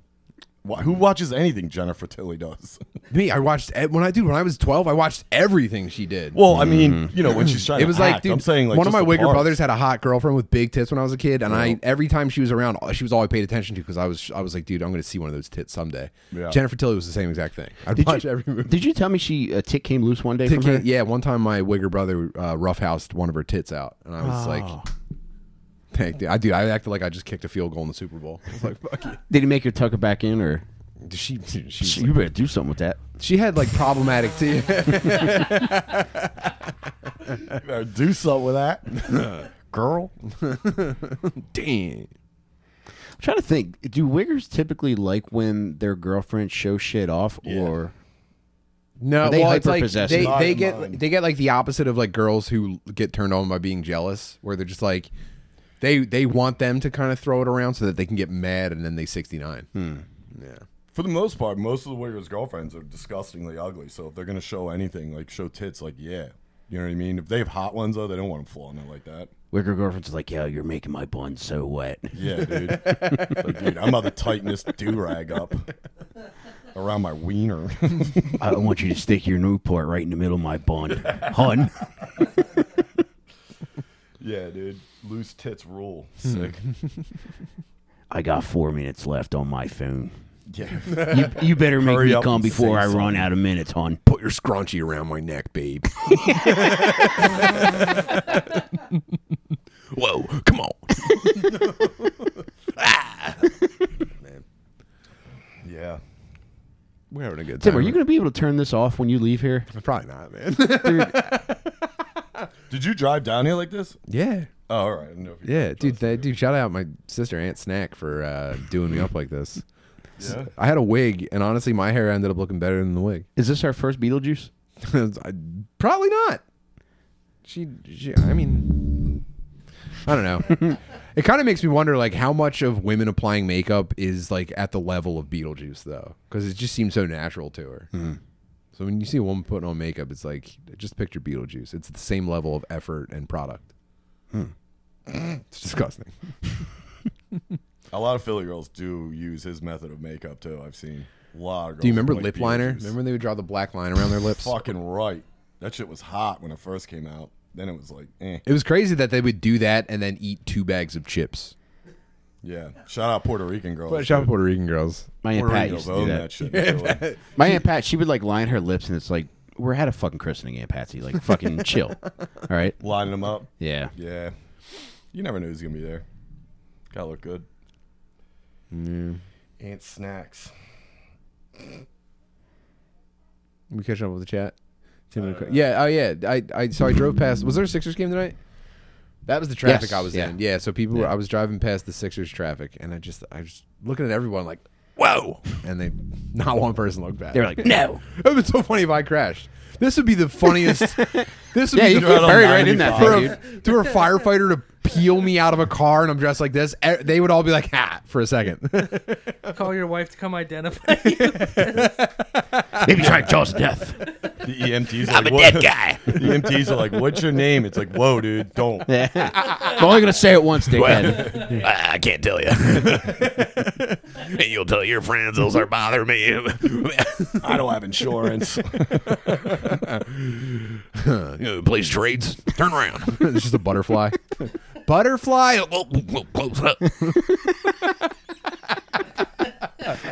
C: Why, who watches anything Jennifer Tilly does?
B: me i watched e- when i dude when i was 12 i watched everything she did
C: Well, I mean, you know, when she's trying.
B: it was
C: to
B: like,
C: act,
B: dude,
C: I'm saying like
B: one of
C: just
B: my
C: the
B: Wigger
C: parts.
B: brothers had a hot girlfriend with big tits when I was a kid, and I every time she was around, she was all I paid attention to because I was I was like, dude, I'm going to see one of those tits someday.
C: Yeah.
B: Jennifer Tilly was the same exact thing. I'd
A: Did
B: watch
A: you,
B: every movie.
A: Did you tell me she a tit came loose one day
B: Tit
A: from her?
B: King- yeah, one time my Wigger brother uh, roughhoused one of her tits out, and I was like,
A: Oh.
B: thank you. I do. I acted like I just kicked a field goal in the Super Bowl. I was like, fuck you.
A: Did he make her tuck it back in, or
B: She, she, was
A: you
B: like-
A: better do something with that?
B: she had like problematic teeth.
C: You better do something with that, girl.
B: Damn.
A: I'm trying to think. Do wiggers typically like when their girlfriends show shit off, or
B: No,
A: Are they
B: well, it's like
A: hyper-possessive?
B: they,
C: Not
B: they
C: in
B: get
C: mine.
B: they get like the opposite of like girls who get turned on by being jealous, where they're just like they they want them to kind of throw it around so that they can get mad and then they sixty nine. Yeah,
C: For the most part, most of the Wiggers' girlfriends are disgustingly ugly. So if they're gonna show anything, like show tits, like yeah, you know what I mean. If they have hot ones though, they don't want them flaunting it like that.
A: wigger girlfriends are like, "Yo, you're making my bun so wet."
C: Yeah, dude. Like, dude, I'm about to tighten this do rag up around my wiener.
A: I want you to stick your Newport right in the middle of my bun, hun.
C: yeah, dude. Loose tits rule. Sick.
A: I got four minutes left on my phone.
C: yeah.
A: You, you better make
C: Hurry
A: me
C: up
A: come
C: and
A: before
C: say
A: I run
C: something.
A: out of minutes, hun.
B: put your scrunchie around my neck, babe.
D: Whoa, come on.
C: Yeah.
B: We're having a good time.
A: Tim, are you going to be able to turn this off when you leave here?
B: Probably not, man.
C: Did you drive down here like this?
B: yeah,
C: Oh, all right. I didn't know if you-
B: yeah, dude, that, dude. Shout out my sister Aunt Snack for uh, doing me up like this.
C: Yeah.
B: I had a wig, and honestly, my hair ended up looking better than the wig.
A: Is this our first Beetlejuice?
B: I- probably not. She, she, I mean, I don't know. it kind of makes me wonder, like, how much of women applying makeup is like at the level of Beetlejuice, though, because it just seems so natural to her. So when you see a woman putting on makeup, it's like just picture Beetlejuice. It's the same level of effort and product. it's disgusting.
C: A lot of Philly girls do use his method of makeup too. I've seen a lot of girls.
B: Do you remember
C: like
B: lip liner?
C: Beetlejuice.
B: Remember when they would draw the black line around their lips?
C: Fucking right. That shit was hot when it first came out. Then it was like, eh.
B: It was crazy that they would do that and then eat two bags of chips.
C: Yeah. Shout out Puerto Rican girls.
B: But shout out Puerto Rican girls.
A: My aunt
C: Puerto
A: Pat
C: Rican
A: used
C: girls
A: to do
C: own
A: that.
C: that shit. in Philly.
A: My aunt Pat, she would like line her lips, and it's like we're at a fucking christening, Aunt Patsy. Like fucking chill. All right.
C: Lining them up.
A: Yeah.
C: Yeah. You never knew who's gonna be there. Gotta look good. Yeah. Aunt snacks.
B: We catch up with the chat. Tim and- yeah, oh yeah. I, I so I drove past. Was there a Sixers game tonight? That was the traffic I was
A: yeah.
B: in. Yeah, so people were. I was driving past the Sixers traffic, and I just I was looking at everyone like, whoa, and they not one person looked back.
A: They were like, no.
B: it would be so funny if I crashed. This would be the funniest. this would
A: Yeah,
B: be
A: you
B: the
A: could bury right in that
B: for
A: thing,
B: a, for a firefighter to peel me out of a car and I'm dressed like this. e- They would all be like, ha, for a second.
E: Call your wife to come identify you.
D: Maybe try Jaws of Death.
C: The EMTs are
D: I'm
C: like,
D: a
C: what?
D: dead guy.
C: the EMTs are like, what's your name? It's like, whoa, dude, don't.
A: I'm only gonna say it once, dickhead.
D: Ah, I can't tell you. and you'll tell your friends those are bothering me.
C: I don't have insurance.
D: You know, plays Uh, trades. Turn around.
B: it's just a butterfly. butterfly.
D: Well, well, close up.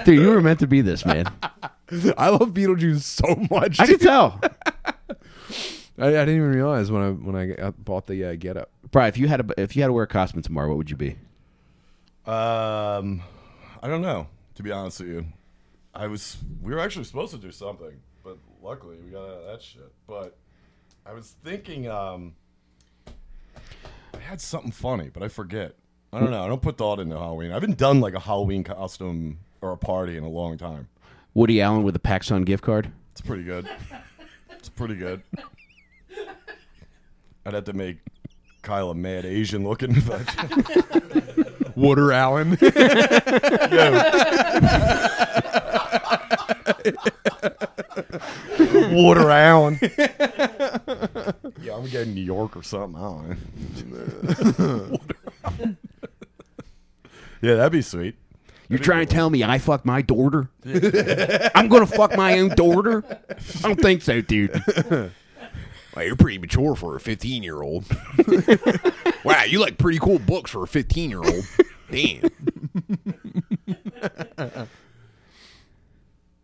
A: Dude, you were meant to be this man.
B: I love Beetlejuice so much.
A: I could tell.
B: I, I didn't even realize when I when I got- bought the uh, get up.
A: Brian, if you had a, if you had to wear a costume tomorrow, what would you be?
C: Um, I don't know. To be honest with you, I was we were actually supposed to do something, but luckily we got out of that shit. But I was thinking, um, I had something funny, but I forget. I don't know. I don't put thought into Halloween. I haven't done like a Halloween costume or a party in a long time.
A: Woody Allen with a Paxson gift card.
C: It's pretty good. It's pretty good. I'd have to make Kyle a mad Asian looking. but-
B: Water Allen.
C: Water Allen. yeah, I'm getting New York or something. I don't know. Water Allen. yeah, that'd be sweet.
A: You're trying to tell me I fucked my daughter? I'm gonna fuck my own daughter? I don't think so, dude.
D: Well, you're pretty mature for a 15 year old. wow, you like pretty cool books for a 15 year old. Damn.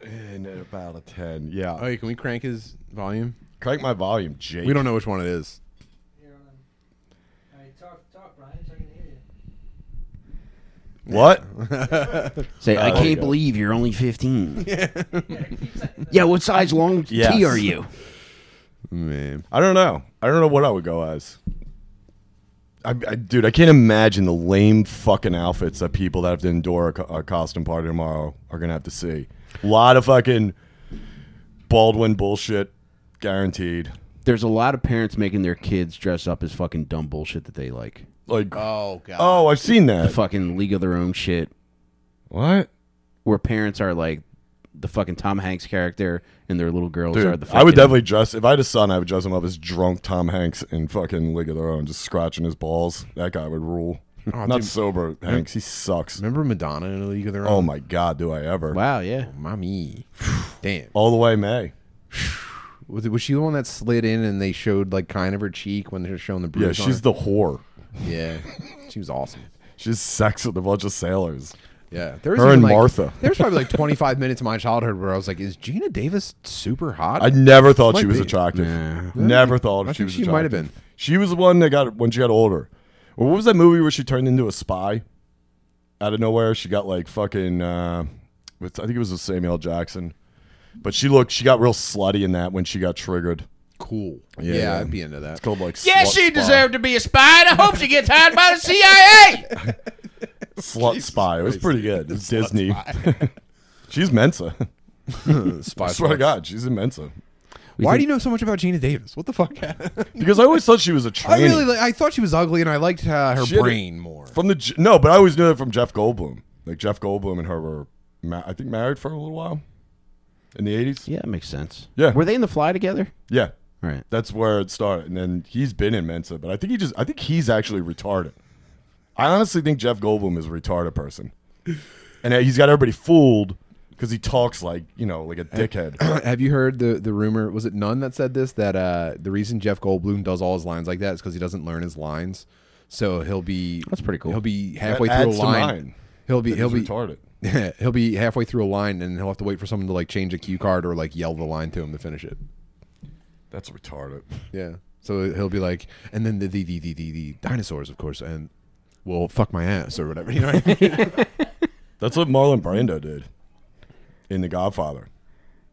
C: And about a ten. Yeah,
B: oh, yeah, can we crank his volume?
C: crank my volume, Jake.
B: We don't know which one it is.
E: um, Talk, talk, Brian, so I can hear you.
C: what.
A: Say, I
C: Oh, there you go.
A: can't believe you're only 15. Yeah, what size long
C: Yes.
A: T are you?
B: Man,
C: I don't know. I don't know what I would go as. I, I, dude, I can't imagine the lame fucking outfits that people that have to endure a, co- a costume party tomorrow are gonna have to see. A lot of fucking Baldwin bullshit, guaranteed.
A: There's a lot of parents making their kids dress up as fucking dumb bullshit that they like.
C: Like,
A: Uh,
B: Oh god.
C: oh, I've seen that.
A: Fucking League of Their Own shit,
C: what?
A: where parents are like the fucking Tom Hanks character and their little girls are the
C: Dude,
A: fucking.
C: I would definitely dress. If I had a son, I would dress him up as drunk Tom Hanks in fucking League of Their Own, just scratching his balls. That guy would rule.
A: Oh,
C: Not
B: dude.
C: sober Hanks. He sucks.
B: Remember Madonna in a League of Their
C: Oh
B: Own?
C: my god, do I ever?
A: Wow, yeah.
C: Oh.
B: mommy. Damn.
C: All the way May.
B: Was, it- was she the one that slid in and they showed like kind of her cheek when they were showing the bruise?
C: Yeah, she's the whore.
B: the yeah. She was awesome.
C: She's sex with a bunch of sailors.
B: Yeah, there was
C: Her
B: even,
C: and
B: like,
C: Martha.
B: There was probably like 25 minutes of my childhood where I was like, "Is Gina Davis super hot?"
C: I never thought she
B: Might
C: was
B: be.
C: attractive. Never thought
B: I
C: she
B: think
C: was.
B: she might have
C: attractive.
B: been.
C: She was the one that got when she got older. Well, what was that movie where she turned into a spy? Out of nowhere, she got like fucking. Uh, with, I think it was with Samuel L. Jackson, but she looked. She got real slutty in that when she got triggered.
B: cool.
C: Yeah,
B: Yeah,
C: yeah.
B: I'd be into that.
C: It's called like.
D: Yeah,
C: slut
D: she
C: spy.
D: deserved to be a spy, and I hope she gets hired by the CIA.
C: slut spy. It was pretty good. It's Disney. she's Mensa.
B: Spy
C: I swear to
B: Fox.
C: God, she's in Mensa.
A: We
B: Why
A: think-
B: do you know so much about Gina Davis? What the fuck?
C: Because I always thought she was a tranny.
B: I really, like, I thought she was ugly, and I liked uh, her
C: She had a-
B: brain more.
C: from the J- no, but I always knew that from Jeff Goldblum. Like Jeff Goldblum and her were, ma- I think, married for a little while in the eighties.
A: Yeah, it makes sense.
C: Yeah.
A: Were they in the fly together?
C: Yeah,
A: All right.
C: that's where it started. And then he's been in Mensa, but I think he just, I think he's actually retarded. I honestly think Jeff Goldblum is a retarded person, and he's got everybody fooled because he talks like you know, like a dickhead.
B: Have you heard the the rumor? Was it Nunn that said this? That uh, the reason Jeff Goldblum does all his lines like that is because he doesn't learn his lines. So he'll be
A: That's pretty cool.
B: He'll be halfway
C: That
B: through a
C: adds to
B: line.
C: mine.
B: He'll be
C: That
B: he'll
C: he's
B: be
C: retarded.
B: he'll be halfway through a line and he'll have to wait for someone to like change a cue card or like yell the line to him to finish it.
C: That's retarded.
B: Yeah. So he'll be like, and then the the the the, the, the dinosaurs, of course, and well, fuck my ass or whatever. You know what I mean?
C: That's what Marlon Brando did in The Godfather.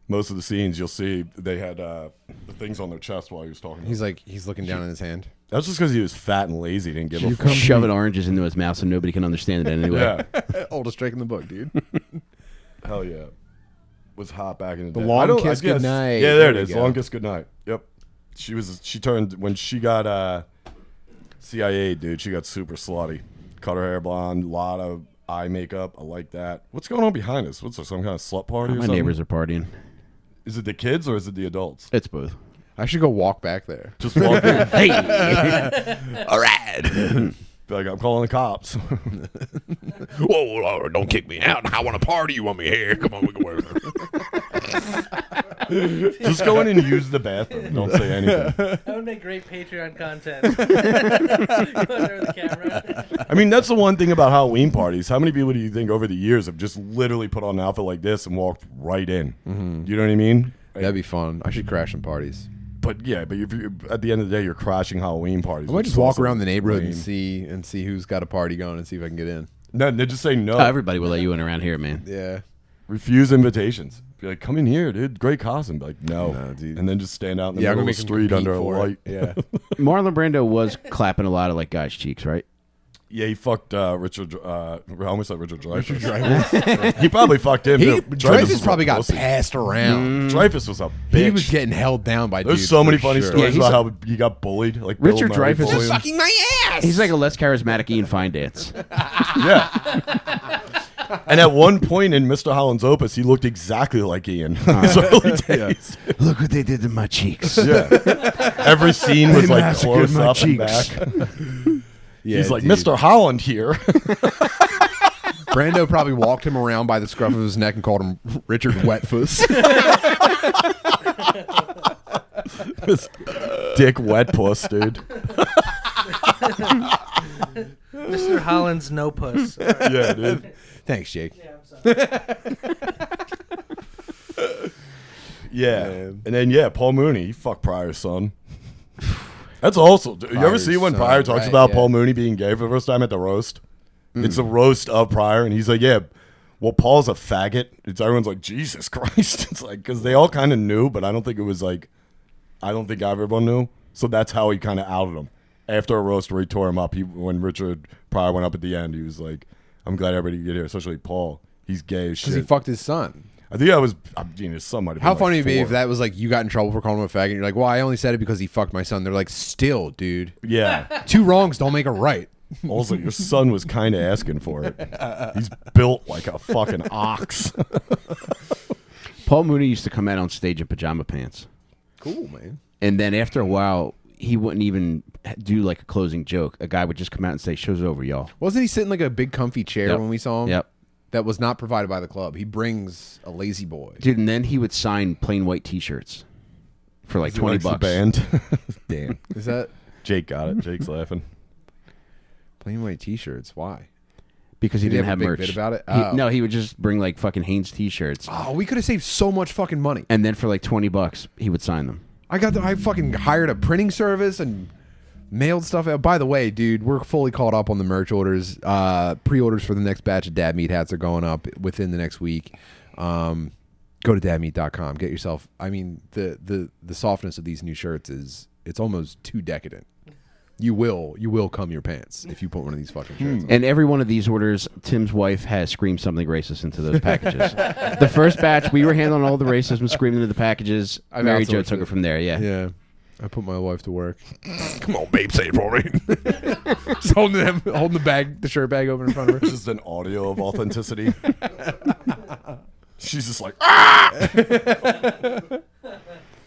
C: Most of the scenes you'll see, they had uh, the things on their chest while he was talking.
B: he's like he's looking down in his hand.
C: That's just because he was fat and lazy, didn't give a fuck.
A: Shoving oranges into his mouth so nobody can understand it anyway.
C: Yeah,
B: Oldest trick in the book, dude.
C: hell yeah. Was hot back in the,
B: The
C: day.
B: Long
C: I don't- I
B: Kiss
C: guess-
B: Goodnight.
C: Yeah, there,
B: There
C: it
B: we
C: is.
B: go.
C: Long kiss goodnight. Yep. She was. She turned when she got uh, CIA dude. She got super slutty. Cut her hair blonde. lot of eye makeup. I like that. What's going on behind us? What's there, some kind of slut party? or
A: My
C: something?
A: neighbors are partying.
C: Is it the kids or is it the adults?
A: It's both.
B: I should go walk back there.
C: Just walk in.
D: All right.
C: Be like, I'm calling the cops.
D: Whoa, whoa, whoa, don't kick me out. I want to party. You want me here? Come on, we can work.
C: Just go in and use the bathroom. Don't say anything.
E: That would make great Patreon content. Go under the camera.
C: I mean, that's the one thing about Halloween parties. How many people do you think over the years have just literally put on an outfit like this and walked right in?
B: Mm-hmm.
C: You know what I mean?
B: That'd be fun. I should crash some parties.
C: But yeah, but if you're, at the end of the day, you're crashing Halloween parties.
B: I might
C: which
B: just
C: is
B: walk
C: also
B: around the neighborhood
C: lame.
B: and see and see who's got a party going and see if I can get in.
C: No, they just say no.
A: Oh, everybody will let you in around here, man.
B: Yeah.
C: Refuse invitations. Be like, come in here, dude. Great costume. Be like, no.
B: No, dude.
C: And then just stand out in the
B: Yeah, I'm
C: middle
B: gonna
C: of the
B: make
C: street under a light.
B: Yeah.
A: Marlon Brando was clapping a lot of like guys' cheeks, right?
C: Yeah, he fucked uh, Richard. Uh, I almost said Richard Dreyfuss. Richard he probably fucked him.
B: he
C: too. Dreyfuss
B: Dreyfus
C: was a
B: probably got
C: pussy.
B: passed around.
C: Dreyfus was a bitch.
B: He was getting held down by
C: There's
B: dudes
C: so many
B: for
C: funny
B: sure.
C: stories
A: Yeah, he's
C: about how he got bullied. Like
A: Richard
C: Bill Murray
A: Dreyfuss
C: bullied him.
A: is
D: Sucking my ass.
A: He's like a less charismatic Ian Finance.
C: Yeah. and at one point in Mr. Holland's opus, he looked exactly like Ian. His early days.
A: Look what they did to my cheeks.
C: Yeah. Every scene was
A: They
C: like
A: massacred
C: close
A: my
C: up and
A: cheeks.
C: back.
B: Yeah,
C: He's like
B: dude.
C: Mr. Holland here.
B: Brando probably walked him around by the scruff of his neck and called him Richard Wetfuss.
C: This Dick wet puss, dude.
E: Mr. Holland's no puss. All right.
C: Yeah, dude.
B: Thanks, Jake.
E: Yeah, I'm sorry.
C: Yeah. And then yeah, Paul Mooney, he fucked Pryor's son. That's also. do you ever
B: Pryor's
C: see when
B: son,
C: Pryor talks
B: right,
C: about
B: yeah. Hmm.
C: Paul Mooney being gay for the first time at the roast? It's a roast of Pryor, and he's like, "Yeah, well, Paul's a faggot." It's everyone's like, "Jesus Christ!" It's like because they all kind of knew, but I don't think it was like, I don't think everyone knew. So that's how he kind of outed him after a roast where he tore him up. He when Richard Pryor went up at the end, he was like, "I'm glad everybody could hear, especially Paul. He's gay as shit."
B: Because he fucked his son.
C: I think I was. I mean, somebody.
B: How funny would it be if that was like you got in trouble for calling him a faggot? You're like, well, I only said it because he fucked my son. They're like, still, dude.
C: Yeah.
B: Two wrongs don't make a right.
C: Also, your son was kind of asking for it. He's built like a fucking ox.
A: Paul Mooney used to come out on stage in pajama pants.
B: Cool, man.
A: And then after a while, he wouldn't even do like a closing joke. A guy would just come out and say, "Show's over, y'all."
B: Wasn't he sitting like a big comfy chair
A: Yep.
B: when we saw him?
A: Yep.
B: That was not provided by the club. He brings a lazy boy.
A: Dude, and then he would sign plain white T-shirts for like twenty bucks.
C: band. Damn.
B: Is that
C: Jake got it. Jake's laughing.
B: plain white T-shirts? Why?
A: because he
B: Did he
A: didn't
B: have
A: have,
B: a big
A: merch
B: bit about it?
A: He-
B: Oh.
A: no, he would just bring like fucking Hanes T-shirts,
B: Oh, we could have saved so much fucking money.
A: and then for like twenty bucks, he would sign them.
B: I got the, I fucking hired a printing service and mailed stuff out. By the way, dude, we're fully caught up on the merch orders. Uh, pre-orders for the next batch of Dad Meat hats are going up within the next week. Um, go to dadmeat.com. Get yourself. I mean, the the the softness of these new shirts is it's almost too decadent. you will you will cum your pants if you put one of these fucking shirts on.
A: And every one of these orders, Tim's wife has screamed something racist into those packages. the first batch, we were handling all the racism, screaming into the packages.
B: I've
A: Mary Jo
B: outsourced
A: took
B: it.
A: it from there. Yeah.
B: Yeah. I put my wife to work.
D: Hmm. Come on, babe, say it for me.
B: Just holding them, holding the bag, the shirt bag open in front of her.
C: Just an audio of authenticity. She's just like, ah!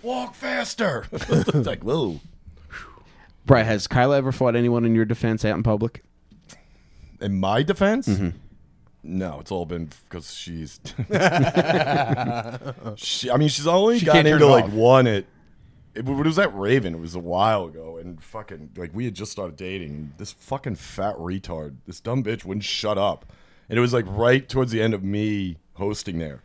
C: Walk faster. it's like, whoa.
A: Bri, has Kyla ever fought anyone in your defense out in public?
C: In my defense,
B: Mm-hmm.
C: no, it's all been because she's. she, I mean, she's only
B: can't
C: gotten
B: turn
C: into
B: it
C: like
B: off.
C: one at. It, what was that Raven? It was a while ago, and fucking like we had just started dating. This fucking fat retard, this dumb bitch wouldn't shut up, and it was like right towards the end of me hosting there,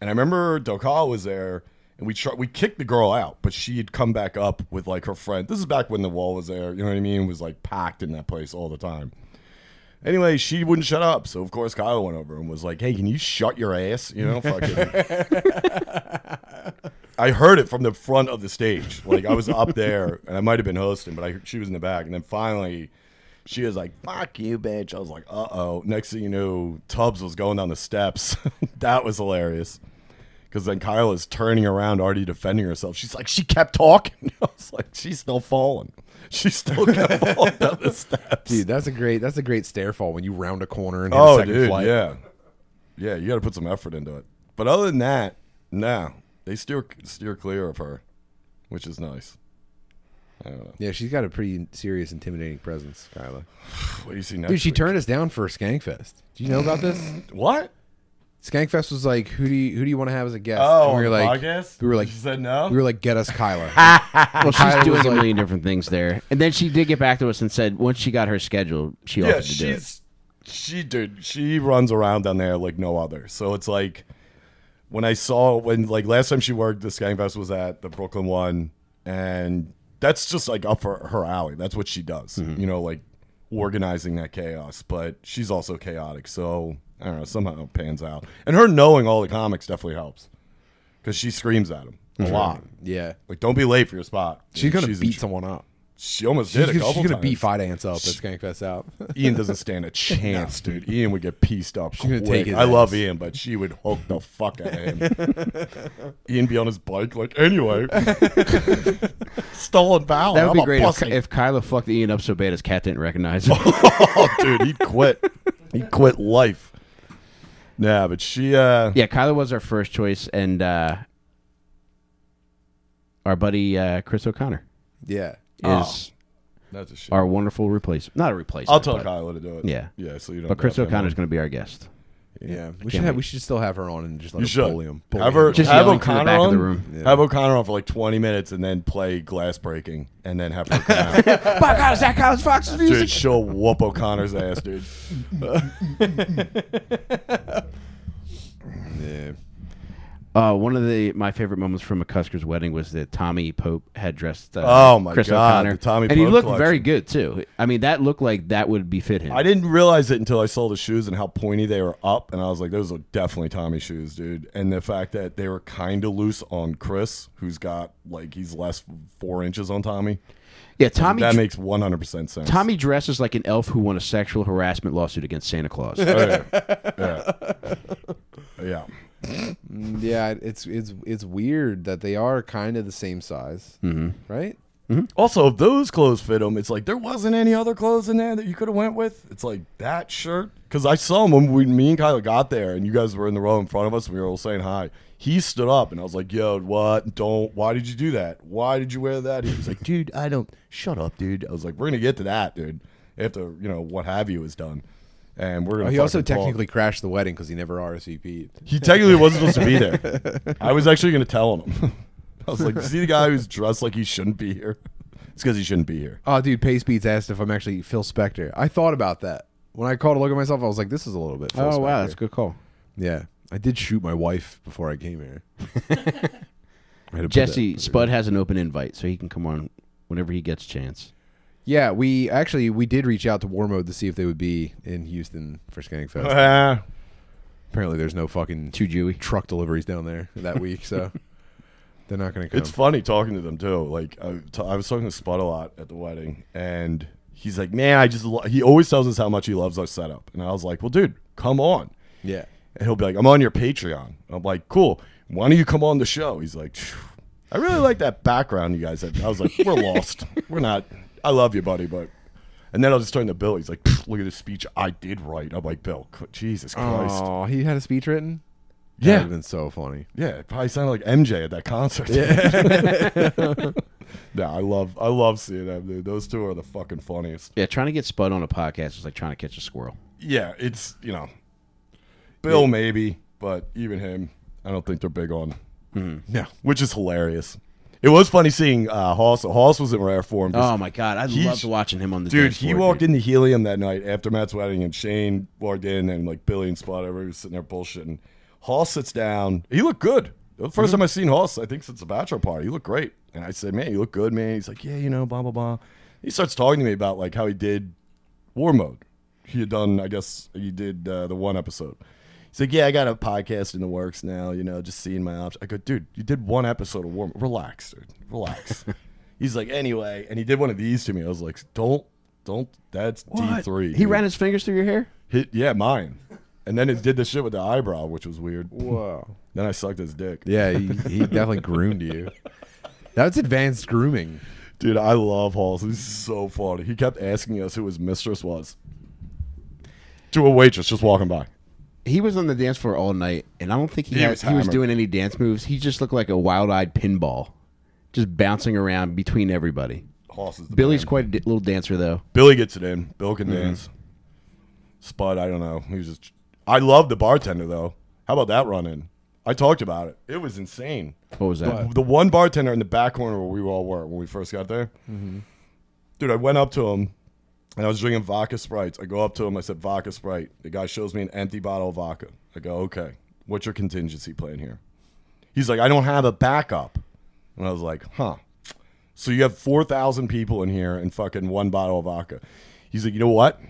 C: and I remember Dokal was there, and we tr- we kicked the girl out, but she had come back up with like her friend. This is back when the wall was there, you know what I mean? It was like packed in that place all the time. Anyway, she wouldn't shut up. So of course Kyle went over and was like, "Hey, can you shut your ass?" You know, fucking. I heard it from the front of the stage. Like I was up there, and I might have been hosting, but I, she was in the back. And then finally, she was like, "Fuck you, bitch!" I was like, "Uh oh." Next thing you knew, Tubbs was going down the steps. that was hilarious. Because then Kyle is turning around, already defending herself. She's like, "She kept talking." I was like, "She's still falling. She still kept falling down the steps."
B: Dude, that's a great that's a great stair fall when you round a corner and hit a
C: Oh,
B: second
C: dude,
B: flight.
C: yeah, yeah. You got to put some effort into it. But other than that, nah, they steer steer clear of her, which is nice. I don't know.
B: Yeah, she's got a pretty serious intimidating presence, Kyla.
C: What do you see next?
B: Dude, she
C: week?
B: turned us down for Skankfest. Do you know about this?
C: what?
B: Skankfest was like, who do you who do you want to have as a guest?
C: Oh,
B: And we were like,
C: podcast.
B: we were like,
C: she said no.
B: we were like, get us Kyla. Kyla
A: Well, she's doing
B: was
A: a
B: like-
A: million different things there. And then she did get back to us and said once she got her schedule, she
C: yeah,
A: offered to do it.
C: she's she dude. She runs around down there like no other. So it's like when I saw when like last time she worked, the Skankfest was at the Brooklyn one, and that's just like up her, her alley. That's what she does.
B: Mm-hmm.
C: You know, like organizing that chaos. But she's also chaotic, so I don't know. Somehow it pans out, and her knowing all the comics definitely helps because she screams at him a lot.
B: yeah,
C: Like, don't be late for your spot.
B: Mm-hmm. she's gonna
C: in
B: beat
C: tr-
B: someone up.
C: She almost
B: She's,
C: did a
B: gonna-
C: couple
B: she's gonna
C: times.
B: beat Fight Ants up at Skankfest out.
C: Ian doesn't stand a chance, dude. Ian would get pieced up.
B: gonna
C: quick.
B: take his
C: I love
B: ass.
C: Ian, but she would hook the fuck out of him. Ian be on his bike, like anyway. Stolen valor.
A: That would
C: I'm
A: be
C: a
A: great if,
C: pussy.
A: if Kyla fucked Ian up so bad his cat didn't recognize him.
C: oh, dude, he'd quit. He'd quit life. Nah, but she. uh
A: Yeah, Kyler was our first choice, and uh, our buddy uh, Chris O'Connor
B: yeah,
A: is
C: That's a shit.
A: our wonderful replacement. Not a replacement.
C: Oh. I'll tell
A: but,
C: Kyla to do it.
A: Yeah.
C: yeah. So you don't.
A: But Chris
C: doubt him.
A: O'Connor's going to be our guest.
B: yeah. We should have, we should still have her on and just let
C: You
B: her
C: should.
B: bully him. Bully
C: Have, her,
B: him.
A: Just
C: have
A: yelling from
C: O'Connor
A: the back of
C: on.
A: the room.
C: Have O'Connor on for like 20 minutes and then play glass breaking and then have her come out.
A: By God, is that Kyle's Fox's
C: Dude, she'll whoop O'Connor's ass, dude.
B: Yeah.
A: Uh, one of the my favorite moments from McCusker's wedding was that Tommy Pope had dressed. Uh,
C: Oh, my
A: Chris
C: God,
A: O'Connor.
C: the Tommy
A: and he
C: Pope
A: looked
C: collection.
A: very good too. I mean, that looked like that would befit him.
C: I didn't realize it until I saw the shoes and how pointy they were up, and I was like, "Those are definitely Tommy shoes, dude." And the fact that they were kind of loose on Chris, who's got like he's less four inches on Tommy.
A: yeah, Tommy.
C: that makes one hundred percent sense.
A: Tommy dresses like an elf who won a sexual harassment lawsuit against Santa Claus.
C: Oh, yeah, yeah. yeah.
B: Yeah, it's it's it's weird that they are kind of the same size,
C: Mm-hmm.
B: right?
C: Also, if those clothes fit him, it's like there wasn't any other clothes in there that you could have went with. It's like that shirt because I saw him when we, me and Kyla got there, and you guys were in the row in front of us. And we were all saying hi. He stood up, and I was like, "Yo, what? Don't. Why did you do that? Why did you wear that?" He was like, "Dude, I don't. Shut up, dude." I was like, "We're gonna get to that, dude. After you know what have you is done." And we're gonna.
B: Oh, he also
C: fucking talk."
B: technically crashed the wedding because he never RSVP'd.
C: He technically wasn't supposed to be there. I was actually gonna tell on him. I was like, "You "See the guy who's dressed like he shouldn't be here? It's because he shouldn't be here."
B: Oh, dude, Pace Beats asked if I'm actually Phil Spector. I thought about that when I called to look at myself. I was like, this is a little bit. Phil
A: oh wow,
B: Spector.
A: that's a good call.
B: Yeah, I did shoot my wife before I came here. I had to put
A: Jesse
B: that-
A: Spud has an open invite, so he can come on whenever he gets a chance.
B: Yeah, we actually we did reach out to War Mode to see if they would be in Houston for Skankfest.
C: Ah.
B: Apparently, there's no fucking
A: Too Jewy.
B: truck deliveries down there that week, so They're not going to come.
C: It's funny talking to them too. Like I t- I was talking to Spud a lot at the wedding, and he's like, "Man, I just lo-. he always tells us how much he loves our setup." And I was like, "Well, dude, come on."
B: yeah.
C: And he'll be like, "I'm on your Patreon." And I'm like, "Cool. Why don't you come on the show?" He's like, "Phew, "I really like that background you guys had." I was like, "We're lost. We're not. I love you, buddy, but." And then I'll just turn to Bill. He's like, "Phew, "Look at this speech I did write." I'm like, "Bill, c- Jesus Christ."
B: Oh, he had a speech written.
C: Yeah.
B: that been so funny.
C: Yeah, it probably sounded like MJ at that concert. no, I love I love seeing them, dude. Those two are the fucking funniest.
A: Yeah, trying to get Spud on a podcast is like trying to catch a squirrel.
C: Yeah, it's you know Bill maybe, but even him, I don't think they're big on.
B: No.
C: Which is hilarious. It was funny seeing uh Hoss. Hoss was in rare form.
A: Oh my god, I
C: He's-
A: loved watching him on the
C: Dude,
A: dance
C: he
A: floor,
C: walked
A: dude.
C: into Helium that night after Matt's wedding, and Shane walked in, and like Billy and Spot, everybody was sitting there bullshitting. Hall sits down. He looked good. The 1st
A: Mm-hmm.
C: time I've seen Hall, I think since the bachelor party, he looked great. And I said, "Man, you look good, man." He's like, "Yeah, you know, blah blah blah." He starts talking to me about like how he did War Mode. He had done, I guess, he did uh, the one episode. He's like, "Yeah, I got a podcast in the works now. You know, just seeing my options." I go, "Dude, you did one episode of War Mode. Relax, dude. Relax." He's like, "Anyway," and he did one of these to me. I was like, "Don't, don't. That's D three.
A: He ran his fingers through your hair.
C: Hit, yeah, mine. And then it did the shit with the eyebrow, which was weird.
B: Whoa.
C: Then I sucked his dick.
B: Yeah, he, he definitely groomed you. That's advanced grooming.
C: Dude, I love Halls. He's so funny. He kept asking us who his mistress was. To a waitress just walking by.
A: He was on the dance floor all night, and I don't think he
C: He
A: had-
C: was
A: he was
C: hammered.
A: doing any dance moves. He just looked like a wild-eyed pinball, just bouncing around between everybody.
C: Halls is the
A: Billy's
C: man.
A: quite a di- little dancer, though.
C: Billy gets it in. Bill can dance. Spud, I don't know. He was just. I love the bartender though. How about that run in? I talked about it. It was insane.
A: What was that?
C: The one bartender in the back corner where we all were when we first got there. Dude, I went up to him and I was drinking vodka sprites. I go up to him. I said, vodka sprite. The guy shows me an empty bottle of vodka. I go, okay, what's your contingency plan here? He's like, I don't have a backup. And I was like, huh. So you have 4,000 people in here and fucking one bottle of vodka. He's like, you know what?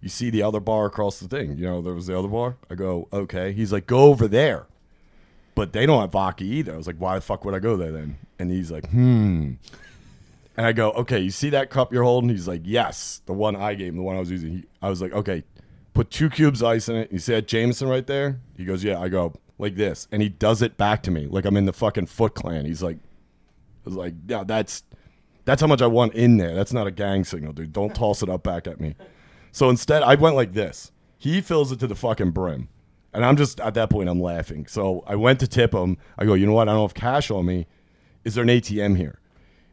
C: You see the other bar across the thing. You know, there was the other bar. I go, okay. He's like, go over there but they don't have vodka either. I was like, why the fuck would I go there then? And he's like, hmm. And I go, okay, you see that cup you're holding? He's like, yes, the one I gave him, the one I was using. He, I was like, okay, put two cubes of ice in it. You see that Jameson right there? He goes, yeah. I go like this, and he does it back to me like I'm in the fucking Foot Clan. He's like, I was like, yeah, that's that's how much I want in there. That's not a gang signal, dude. Don't toss it up back at me. So instead, I went like this. He fills it to the fucking brim. And I'm just, at that point, I'm laughing. So I went to tip him. I go, you know what? I don't have cash on me. Is there an ATM here?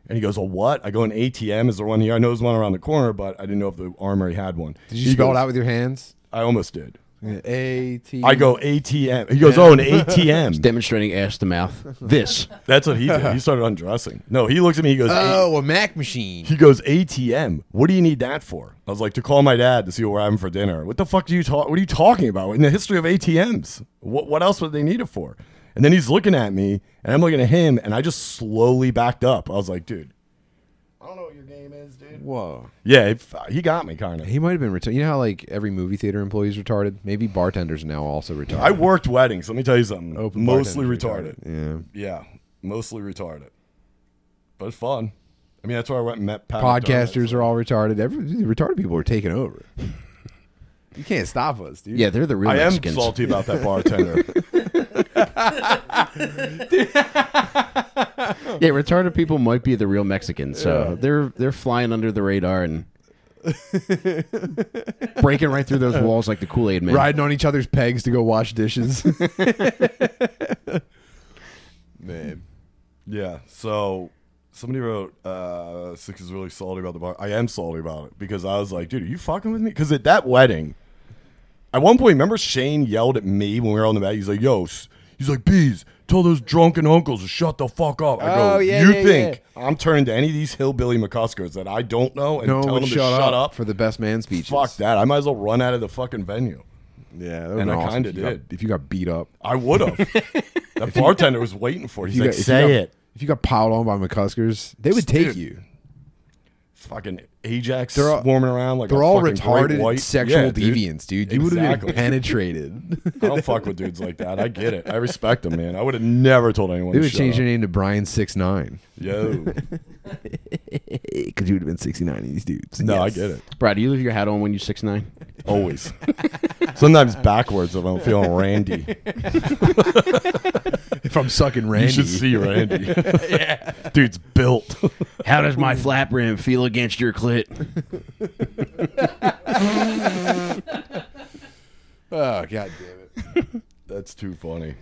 C: And he goes, a what? I go, an ATM? Is there one here? I know there's one around the corner, but I didn't know if the armory had one.
B: Did you spell
C: goes-
B: it out with your hands?
C: I almost did.
B: A T.
C: I go, ATM. He goes, oh, an ATM.
A: Demonstrating ass to mouth. This.
C: That's what he did. He started undressing. No, he looks at me. He goes, "A-
B: Oh, a Mac machine.
C: He goes, ATM. What do you need that for? I was like, to call my dad to see what we're having for dinner. What the fuck do you talk? What are you talking about? In the history of ATMs, what what else would they need it for? And then he's looking at me, and I'm looking at him, and I just slowly backed up. I was like, dude, I don't know what your game is, dude.
B: Whoa.
C: Yeah, it, he got me kind of.
B: He might have been retarded. You know how like every movie theater employee is retarded. Maybe bartenders now also retarded.
C: I worked weddings. Let me tell you something.
B: Open
C: mostly
B: bartender's
C: retarded.
B: Yeah.
C: Yeah, mostly retarded, but fun. I mean, that's where I went and met Pat
B: Podcasters are all retarded. Every retarded people are taking over. you can't stop us, dude.
A: Yeah, they're the real
C: I am
A: Mexicans.
C: salty about that bartender.
A: Yeah, retarded people might be the real Mexicans, so they're they're flying under the radar and breaking right through those walls like the Kool Aid Man.
B: riding on each other's pegs to go wash dishes. Man,
C: Yeah. So somebody wrote, uh, Six is really salty about the bar. I am salty about it because I was like, dude, are you fucking with me? Because at that wedding, at one point, remember Shane yelled at me when we were on the back? He's like, yo, s- he's like, bees, tell those drunken uncles to shut the fuck up. I go,
B: Oh, yeah,
C: you
B: yeah,
C: think I'm turning to any of these hillbilly McCuskers that I don't know and
B: no
C: tell
B: one
C: them
B: would
C: to
B: shut up,
C: shut up?
B: for the best man speeches.
C: fuck that. I might as well run out of the fucking venue.
B: Yeah, that would've
C: And
B: been
C: I
B: awesome
C: kinda
B: if you got-
C: did.
B: if you got beat up,
C: I would have. that bartender was waiting for it.
B: If
C: He's
B: you
C: like,
B: got- if you
C: say
B: got-
C: it.
B: If you got piled on by McCuskers, they would take
C: Dude.
B: you.
C: fucking Ajax
B: They're all-
C: swarming around like
B: They're
C: a
B: all
C: fucking great
B: retarded
C: white.
B: sexual
C: Yeah, dude.
B: deviants, dude. You would have
C: Exactly.
B: been penetrated.
C: I don't fuck with dudes like that. I get it. I respect them, man. I would have never told anyone.
B: they
C: to
B: would
C: shut
B: change
C: up.
B: your name to Brian Six Nine
C: Yo,
B: because you would have been sixty nine of these dudes.
C: no, I get it.
A: Brad, do you leave your hat on when you six nine?
C: Always. Sometimes backwards if I'm feeling randy.
B: If I'm sucking Randy,
C: You should see Randy. Dude's built.
A: How does my flap rim feel against your clit?
B: Oh god damn it,
C: That's too funny.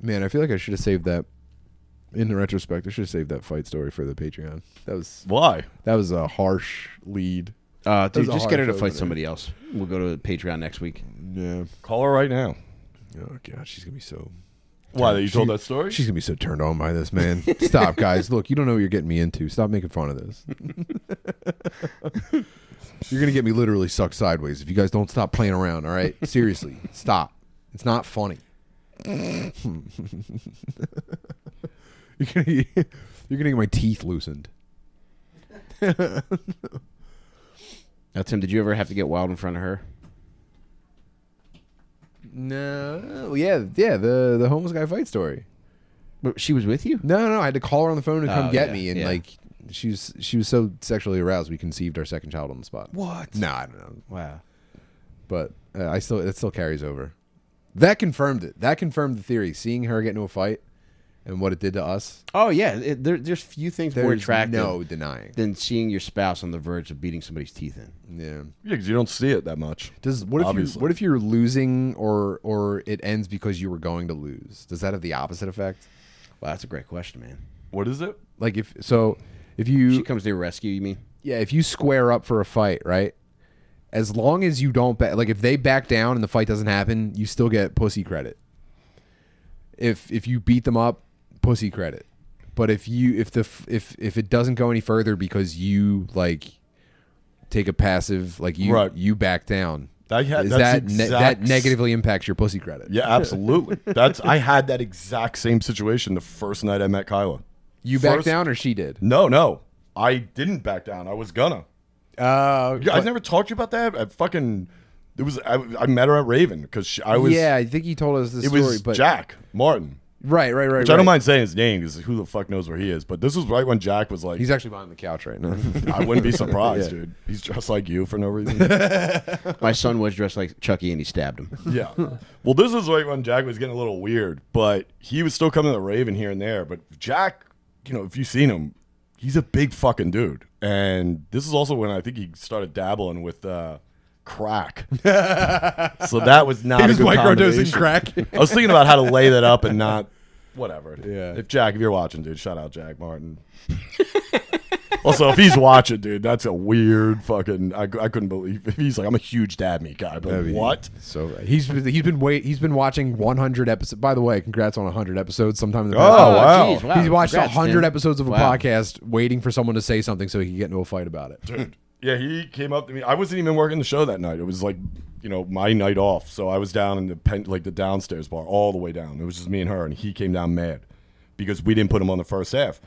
B: man! I feel like I should have saved that. In the retrospect, I should have saved that fight story for the Patreon. That was
C: Why?
B: that was a harsh lead.
A: Uh, dude,
B: was a
A: just
B: hard
A: get her to
B: show
A: fight
B: today.
A: somebody else. We'll go to Patreon next week.
B: Yeah.
C: Call her right now.
B: Oh god, she's gonna be so
C: Why that you told
B: She-
C: that story?
B: She's gonna be so turned on by this, man. Stop, guys. Look, you don't know what you're getting me into. Stop making fun of this. you're gonna get me literally sucked sideways if you guys don't stop playing around. All right, seriously, stop. It's not funny. you're gonna get, you're gonna get my teeth loosened.
A: Now, Tim, did you ever have to get wild in front of her?
B: No, yeah, yeah. The the homeless guy fight story.
A: But she was with you.
B: No, no, I had to call her on the phone to come
A: Oh,
B: get
A: yeah,
B: me, and
A: yeah.
B: like she was she was so sexually aroused, we conceived our second child on the spot. What? No, I don't know,
A: Wow.
B: but uh, I still it still carries over. That confirmed it. That confirmed the theory. Seeing her get into a fight and what it did to us,
A: Oh yeah, it, there, there's few things more
B: there's
A: attractive
B: no denying.
A: than seeing your spouse on the verge of beating somebody's teeth in.
B: Yeah.
C: yeah, because you don't see it that much.
B: Does what if
C: Obviously.
B: you what if you're losing or or it ends because you were going to lose? Does that have the opposite effect?
A: Wow, that's a great question, man.
C: What is it?
B: Like if so, if you
A: She comes to your rescue. You mean?
B: yeah, if you square up for a fight, right? As long as you don't back, like if they back down and the fight doesn't happen, you still get pussy credit. If if you beat them up, pussy credit. But if you if the f- if if it doesn't go any further because you like take a passive like you
C: Right.
B: you back down,
C: I had-
B: is
C: that's
B: that ne-
C: exact
B: that negatively impacts your pussy credit?
C: Yeah, absolutely. That's I had that exact same situation the first night I met Kyla.
B: you back
C: First-
B: down or she did?
C: No, no. I didn't back down. I was gonna.
B: Uh,
C: Yeah, I never talked to you about that. I fucking it was I, I met her at Raven because I was
B: yeah, I think you told us this
C: it
B: story,
C: was
B: but
C: Jack Martin.
B: right, right, right.
C: Which I don't
B: right.
C: mind saying his name because who the fuck knows where he is. But this was right when Jack was like,
B: He's actually behind the couch right now.
C: I wouldn't be surprised, dude. He's just like you for no reason.
A: My son was dressed like Chucky, and he stabbed him.
C: yeah. Well, this is right when Jack was getting a little weird, but he was still coming to the Raven here and there. But Jack, you know, if you've seen him, he's a big fucking dude. And this is also when I think he started dabbling with uh, crack. so that was not
B: He
C: a
B: was
C: good combination.
B: microdosing crack.
C: I was thinking about how to lay that up and not whatever.
B: Yeah.
C: If Jack, if you're watching, dude, shout out Jack Martin. also, if he's watching, dude, that's a weird fucking. I, I couldn't believe he's like, I'm a huge dab me guy, but
B: That'd be-
C: what?
B: So uh, he's he's been wait he's been watching 100 episodes. By the way, congrats on 100 episodes. Sometime in the past.
C: Oh, wow.
A: geez,
B: He's watched
A: Congrats,
B: 100
A: Tim.
B: episodes of a
A: Wow.
B: podcast, waiting for someone to say something so he can get into a fight about it.
C: Dude, yeah, he came up to me. I wasn't even working the show that night. It was like, you know, my night off. So I was down in the pen, like the downstairs bar, all the way down. It was just me and her, and he came down mad because we didn't put him on the first half.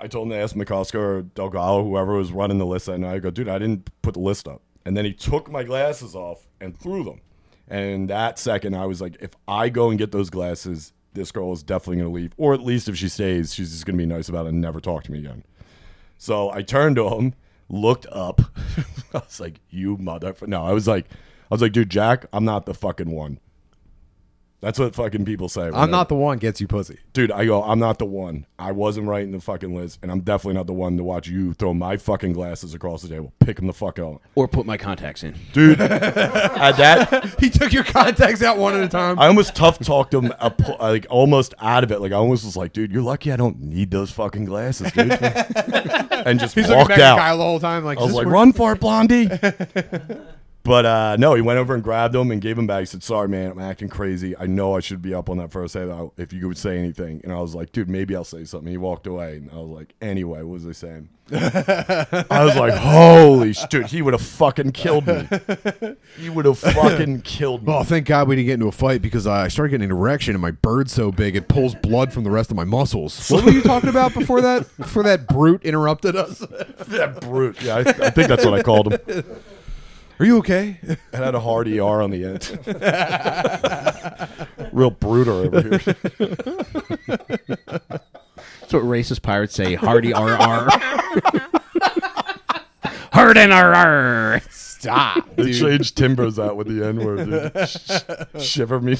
C: I told him to ask McCosker or Delgado, whoever was running the list that night. I go, dude, I didn't put the list up. And then he took my glasses off and threw them. And that second, I was like, if I go and get those glasses, this girl is definitely going to leave. Or at least if she stays, she's just going to be nice about it and never talk to me again. So I turned to him, looked up. I was like, "You motherfucker!" No, I was like, "I was like, dude, Jack, I'm not the fucking one." That's what fucking people say.
B: I'm not the one gets you pussy.
C: dude. I go, "I'm not the one. I wasn't writing the fucking list, and I'm definitely not the one to watch you throw my fucking glasses across the table. Pick them the fuck up,
A: Or put my contacts in.
C: dude." At that,
B: He took your contacts out one at a time.
C: I almost tough talked him, a po- like almost out of it. Like I almost was like, "Dude, you're lucky I don't need those fucking glasses, dude," and just
B: He's looking
C: walked
B: back
C: out.
B: at Kyle the whole time like,
C: I was
B: "Is this
C: like,
B: where-"
C: run for it, Blondie. But uh, no, he went over and grabbed him and gave him back. He said, "Sorry, man, I'm acting crazy. I know I should be up on that first head out if you would say anything." And I was like, "Dude, maybe I'll say something." He walked away, and I was like, "Anyway, what was I saying?" I was like, "Holy sh- dude, he would have fucking killed me. He would have fucking killed me."
D: Oh, thank God we didn't get into a fight because I started getting an erection and my bird's so big it pulls blood from the rest of my muscles.
B: What were you talking about before that? Before that brute interrupted us.
C: that brute. Yeah, I, I think that's what I called him.
B: Are you okay?
C: It had a hard ER on the end. Real bruter over here.
A: That's what racist pirates say. Hardy RR. Hard and RR.
B: Stop.
C: They changed Timbers out with the N word, dude. Sh- sh- Shiver me.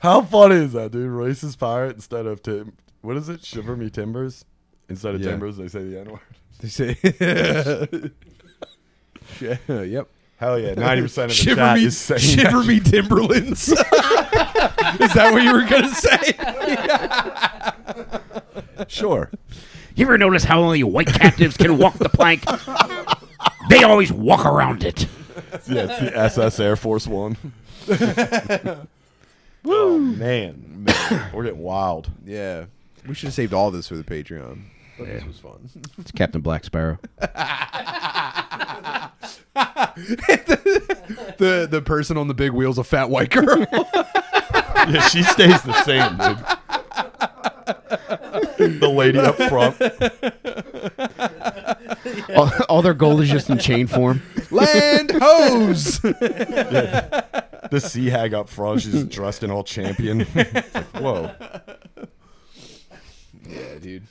C: How funny is that, dude? Racist pirate instead of Tim. What is it? Shiver me Timbers? Instead of
B: Yeah.
C: Timbers, they say the N word.
B: They say. yeah, yep.
C: Hell yeah. 90% of the
D: Shiver
C: chat
D: me,
C: is saying
D: shiver me Timberlands. Is that what you were gonna say?
C: Sure.
A: You ever notice how only white captives can walk the plank? They always walk around it.
C: Yeah, it's the SS Air Force One. Woo. man. man. We're getting wild.
B: Yeah. We should have saved all this for the Patreon. But This was fun.
A: It's Captain Black Sparrow.
B: the the person on the big wheel's a fat white girl.
C: Yeah, she stays the same, dude. the lady up front.
A: All, all their gold is just in chain form.
B: Land hose.
C: The sea hag up front. She's dressed in all champion. Whoa.
B: yeah, dude.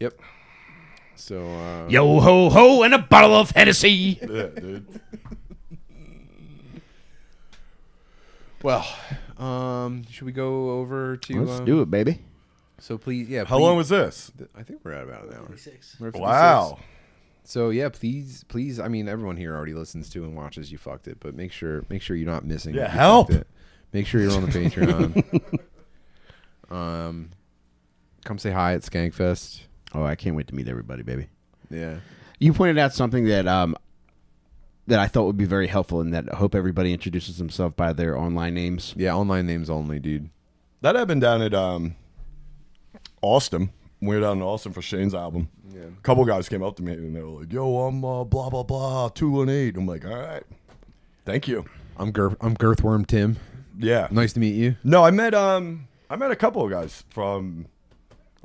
B: yep. So uh,
A: Yo ho ho and a bottle of Hennessy.
C: Yeah, dude.
B: well, um, should we go over to?
A: Let's
B: um,
A: do it, baby.
B: So please, yeah.
C: How long was this?
B: I think we're at about an hour.
E: Six.
B: We're at 56.
C: Wow.
B: So yeah, please, please. I mean, everyone here already listens to and watches. You fucked it, but make sure, make sure you're not missing.
C: Yeah,
B: You
C: help.
B: Fucked It. Make sure you're on the Patreon. um, come say hi at Skankfest.
A: Oh, I can't wait to meet everybody, baby.
B: Yeah.
A: You pointed out something that um that I thought would be very helpful, and that I hope everybody introduces themselves by their online names.
B: Yeah, online names only, dude.
C: That happened down at um, Austin. We were down in Austin for Shane's album. A couple guys came up to me and they were like, yo, I'm uh, blah, blah, blah, 218. I'm like, all right. Thank you.
B: I'm girth. I'm girthworm Tim.
C: Yeah.
B: Nice to meet you.
C: No, I met um I met a couple of guys from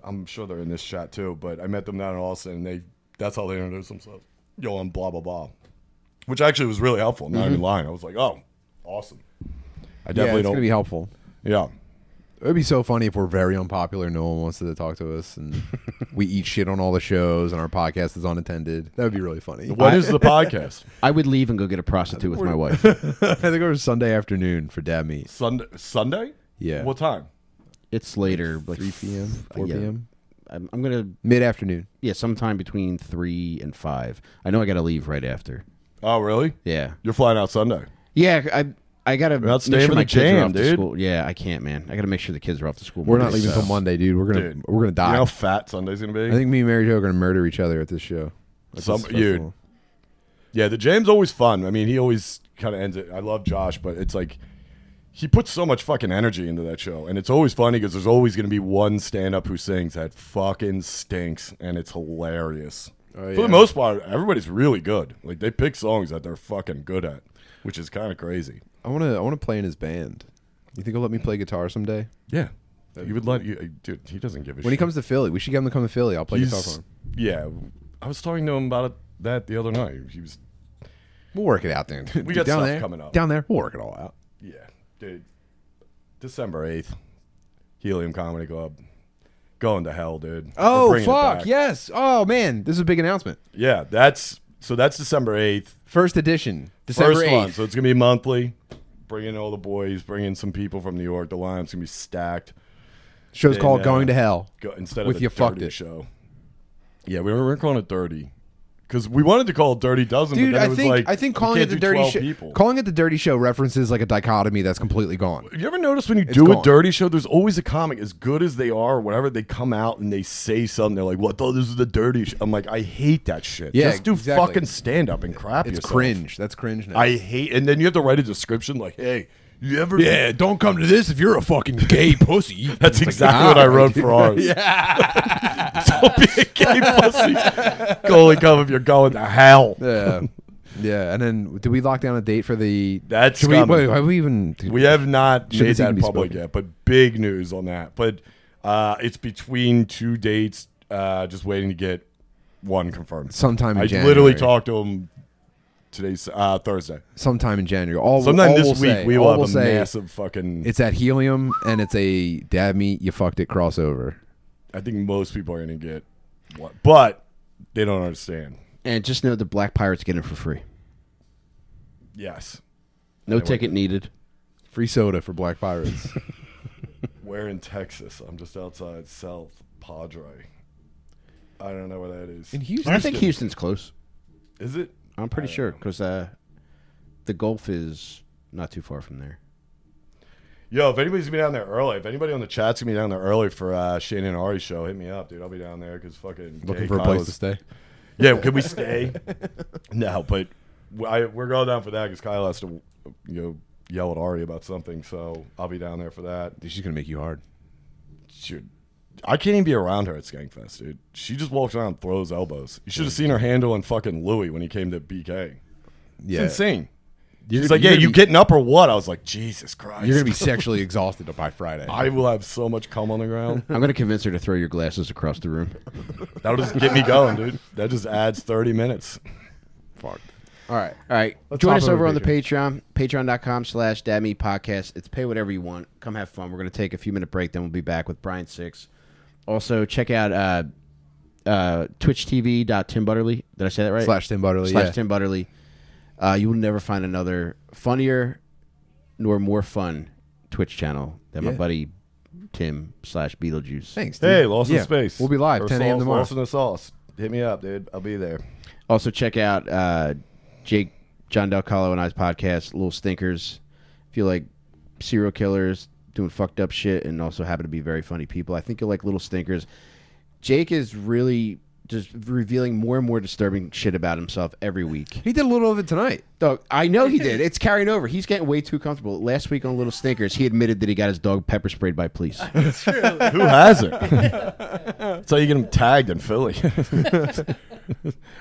C: I'm sure they're in this chat too, but I met them down in Austin and they that's how they introduced themselves. Yo, I'm blah blah blah. Which actually was really helpful, I'm not even lying. I was like, Oh, awesome. I
B: Mm-hmm. yeah,
C: definitely
B: it's gonna
C: don't
B: be helpful.
C: Yeah.
B: It would be so funny if we're very unpopular. No one wants to talk to us, and we eat shit on all the shows, and our podcast is unattended. That would be really funny.
C: What is the podcast?
A: I would leave and go get a prostitute with my wife.
B: I think it was Sunday afternoon for dad meet.
C: Sunday Sunday?
B: Yeah.
C: What time?
A: It's later, like
B: 3 p.m., 4
A: yeah.
B: p.m.
A: I'm, I'm gonna
B: Mid afternoon.
A: yeah, sometime between three and five. I know I gotta leave right after.
C: Oh really?
A: Yeah,
C: You're flying out Sunday.
A: yeah. I I gotta
C: not
A: make
C: staying
A: sure
C: for
A: my
C: the
A: kids are
C: jam,
A: off to
C: dude.
A: school. Yeah, I can't, man. I gotta make sure the kids are off to school.
B: We're not
A: Monday,
B: leaving
A: so-
B: until Monday, dude. We're gonna
C: Dude.
B: we're gonna
C: You
B: die.
C: know how fat Sunday's gonna
B: I
C: be?
B: think me and Mary Jo are gonna murder each other at this show. At
C: Some-
B: this
C: dude.
B: festival.
C: Yeah, the jam's always fun. I mean, he always kind of ends it. I love Josh, but it's like he puts so much fucking energy into that show, and it's always funny because there's always going to be one stand-up who sings that fucking stinks, and it's hilarious. For
B: Oh, yeah.
C: the most part, everybody's really good. Like they pick songs that they're fucking good at, which is kind of crazy.
B: I wanna I wanna play in his band. You think he'll let me play guitar someday?
C: Yeah, you would let you, uh, dude. He doesn't give a shit
B: When he comes to Philly, we should get him to come to Philly. I'll play guitar for
C: He's,
B: him.
C: yeah, I was talking to him about it, that the other night. He was,
B: We'll work it out then.
C: We got
B: down
C: stuff
B: there,
C: coming up.
B: Down there, we'll work it all out.
C: yeah, dude. December eighth, Helium Comedy Club. Going to hell, dude. We're
B: Oh
C: bringing it
B: fuck
C: back.
B: yes! Oh man, this is a big announcement.
C: Yeah, that's so that's December 8th.
B: First edition, December
C: first one.
B: 8th.
C: So it's going to be monthly. Bring in all the boys, bring in some people from New York. The lineup's going to be stacked.
B: Show's
C: And,
B: called
C: uh,
B: "Going to Hell."
C: Go, instead
B: With
C: of the
B: you fucked
C: dirty
B: it.
C: show. Yeah, we were, we were calling it dirty because we wanted to call it Dirty Dozen.
B: Dude,
C: but then
B: I
C: it was
B: think
C: like,
B: I think
C: we
B: calling
C: can't
B: it the
C: do
B: dirty
C: 12
B: show
C: people.
B: calling it the dirty show references like a dichotomy that's completely gone.
C: you ever notice when you do
B: gone.
C: a dirty show, there's always a comic, as good as they are, or whatever, they come out and they say something. They're like, "What? Well, this is the dirty." Sh-. I'm like, I hate that shit.
B: Yeah,
C: Just do
B: exactly.
C: fucking stand up and crap
B: It's
C: yourself.
B: cringe. That's cringe now.
C: I hate, and then you have to write a description like, "Hey, you ever?"
D: Yeah, don't come to this if you're a fucking gay pussy.
C: That's
B: "Ah,
C: exactly what I wrote for ours. yeah. Don't be a gay pussy. Go and come if you're going to hell.
B: yeah. Yeah, and then did we lock down a date for the?
C: That's
B: should we,
C: coming.
B: wait, have we even?
C: We have not
B: Should
C: made
B: this even
C: that
B: be
C: public
B: spoken?
C: yet, but big news on that. But uh, it's between two dates, uh, just waiting to get one confirmed.
B: Sometime in
C: I
B: January.
C: literally talked to him today's uh, Thursday.
B: sometime in January. All,
C: Sometime
B: all
C: this
B: we'll
C: week,
B: say-
C: we
B: all
C: will have
B: we'll
C: a
B: say,
C: massive fucking.
B: It's at Helium, and it's a dab meet. You fucked it crossover.
C: I think most people are going to get one, but they don't understand.
A: And just know the Black Pirates get it for free.
C: Yes.
A: No ticket needed.
B: Free soda for Black Pirates.
C: We're in Texas. I'm just outside South Padre. I don't know where that is.
A: I don't think Houston's close.
C: Is it?
A: I'm pretty sure because uh, the Gulf is not too far from there.
C: Yo, if anybody's gonna be down there early, if anybody on the chat's gonna be down there early for uh, Shane and Ari's show, hit me up, dude. I'll be down there because fucking
B: Looking
C: Dave
B: for a
C: Kyle
B: place
C: is-
B: to stay.
C: Yeah, can we stay? no, but w- I, we're going down for that because Kyle has to, you know, yell at Ari about something. So I'll be down there for that.
B: She's gonna make you hard.
C: Shoot. I can't even be around her at Skankfest, dude. She just walks around and throws elbows. You should have seen her handle in fucking Louis when he came to BK.
B: Yeah,
C: It's insane.
B: You're
C: She's
B: gonna-
C: like,
B: you're
C: yeah,
B: gonna
C: you
B: be-
C: getting up or what? I was like, Jesus Christ.
B: You're gonna be sexually exhausted by Friday.
C: I will have so much cum on the ground.
A: I'm gonna convince her to throw your glasses across the room.
C: That'll just get me going, dude. That just adds 30 minutes.
B: Fuck. All right.
A: All right.
B: Let's
A: Join
B: hop
A: us
B: over
A: over
B: to
A: on the Patreon, patreon.com slash dadme podcast. It's pay whatever you want. Come have fun. We're going to take a few minute break, then we'll be back with Brian Six. Also, check out uh, uh, twitchtv.timbutterly. Did I say that right?
B: Slash Tim Butterly.
A: Slash
B: yeah.
A: Tim Butterly. Uh, you will never find another funnier nor more fun Twitch channel than my
B: Yeah.
A: buddy Tim slash Beetlejuice.
B: Thanks. Dude.
C: Hey, Lost
B: Yeah.
C: in Space.
B: We'll be live
C: Or
B: 10 a.m.
C: Sauce-
B: tomorrow.
C: Lost in the Sauce. Hit me up, dude. I'll be there.
A: Also, check out uh, Jake, John Del Colo, and I's podcast, Little Stinkers. If you like serial killers doing fucked up shit and also happen to be very funny people, I think you'll like Little Stinkers. Jake is really just revealing more and more disturbing shit about himself every week.
B: He did a little of it tonight.
A: Dog, I know he did. It's carrying over. He's getting way too comfortable. Last week on Little Stinkers, he admitted that he got his dog pepper sprayed by police.
C: Who has it? That's how you get them tagged in Philly.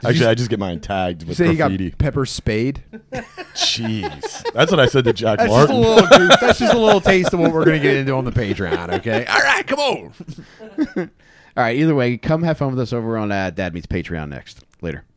C: Actually, I just get mine tagged
B: You
C: with
B: say he got
C: graffiti.
B: pepper spade.
C: Jeez. That's what I said to Jack
B: That's just, a
C: Martin.
B: little, that's just a little taste of what we're gonna get into on the Patreon. Okay. All right. Come on.
A: All right, either way, come have fun with us over on uh, Dad Meets Patreon next. Later.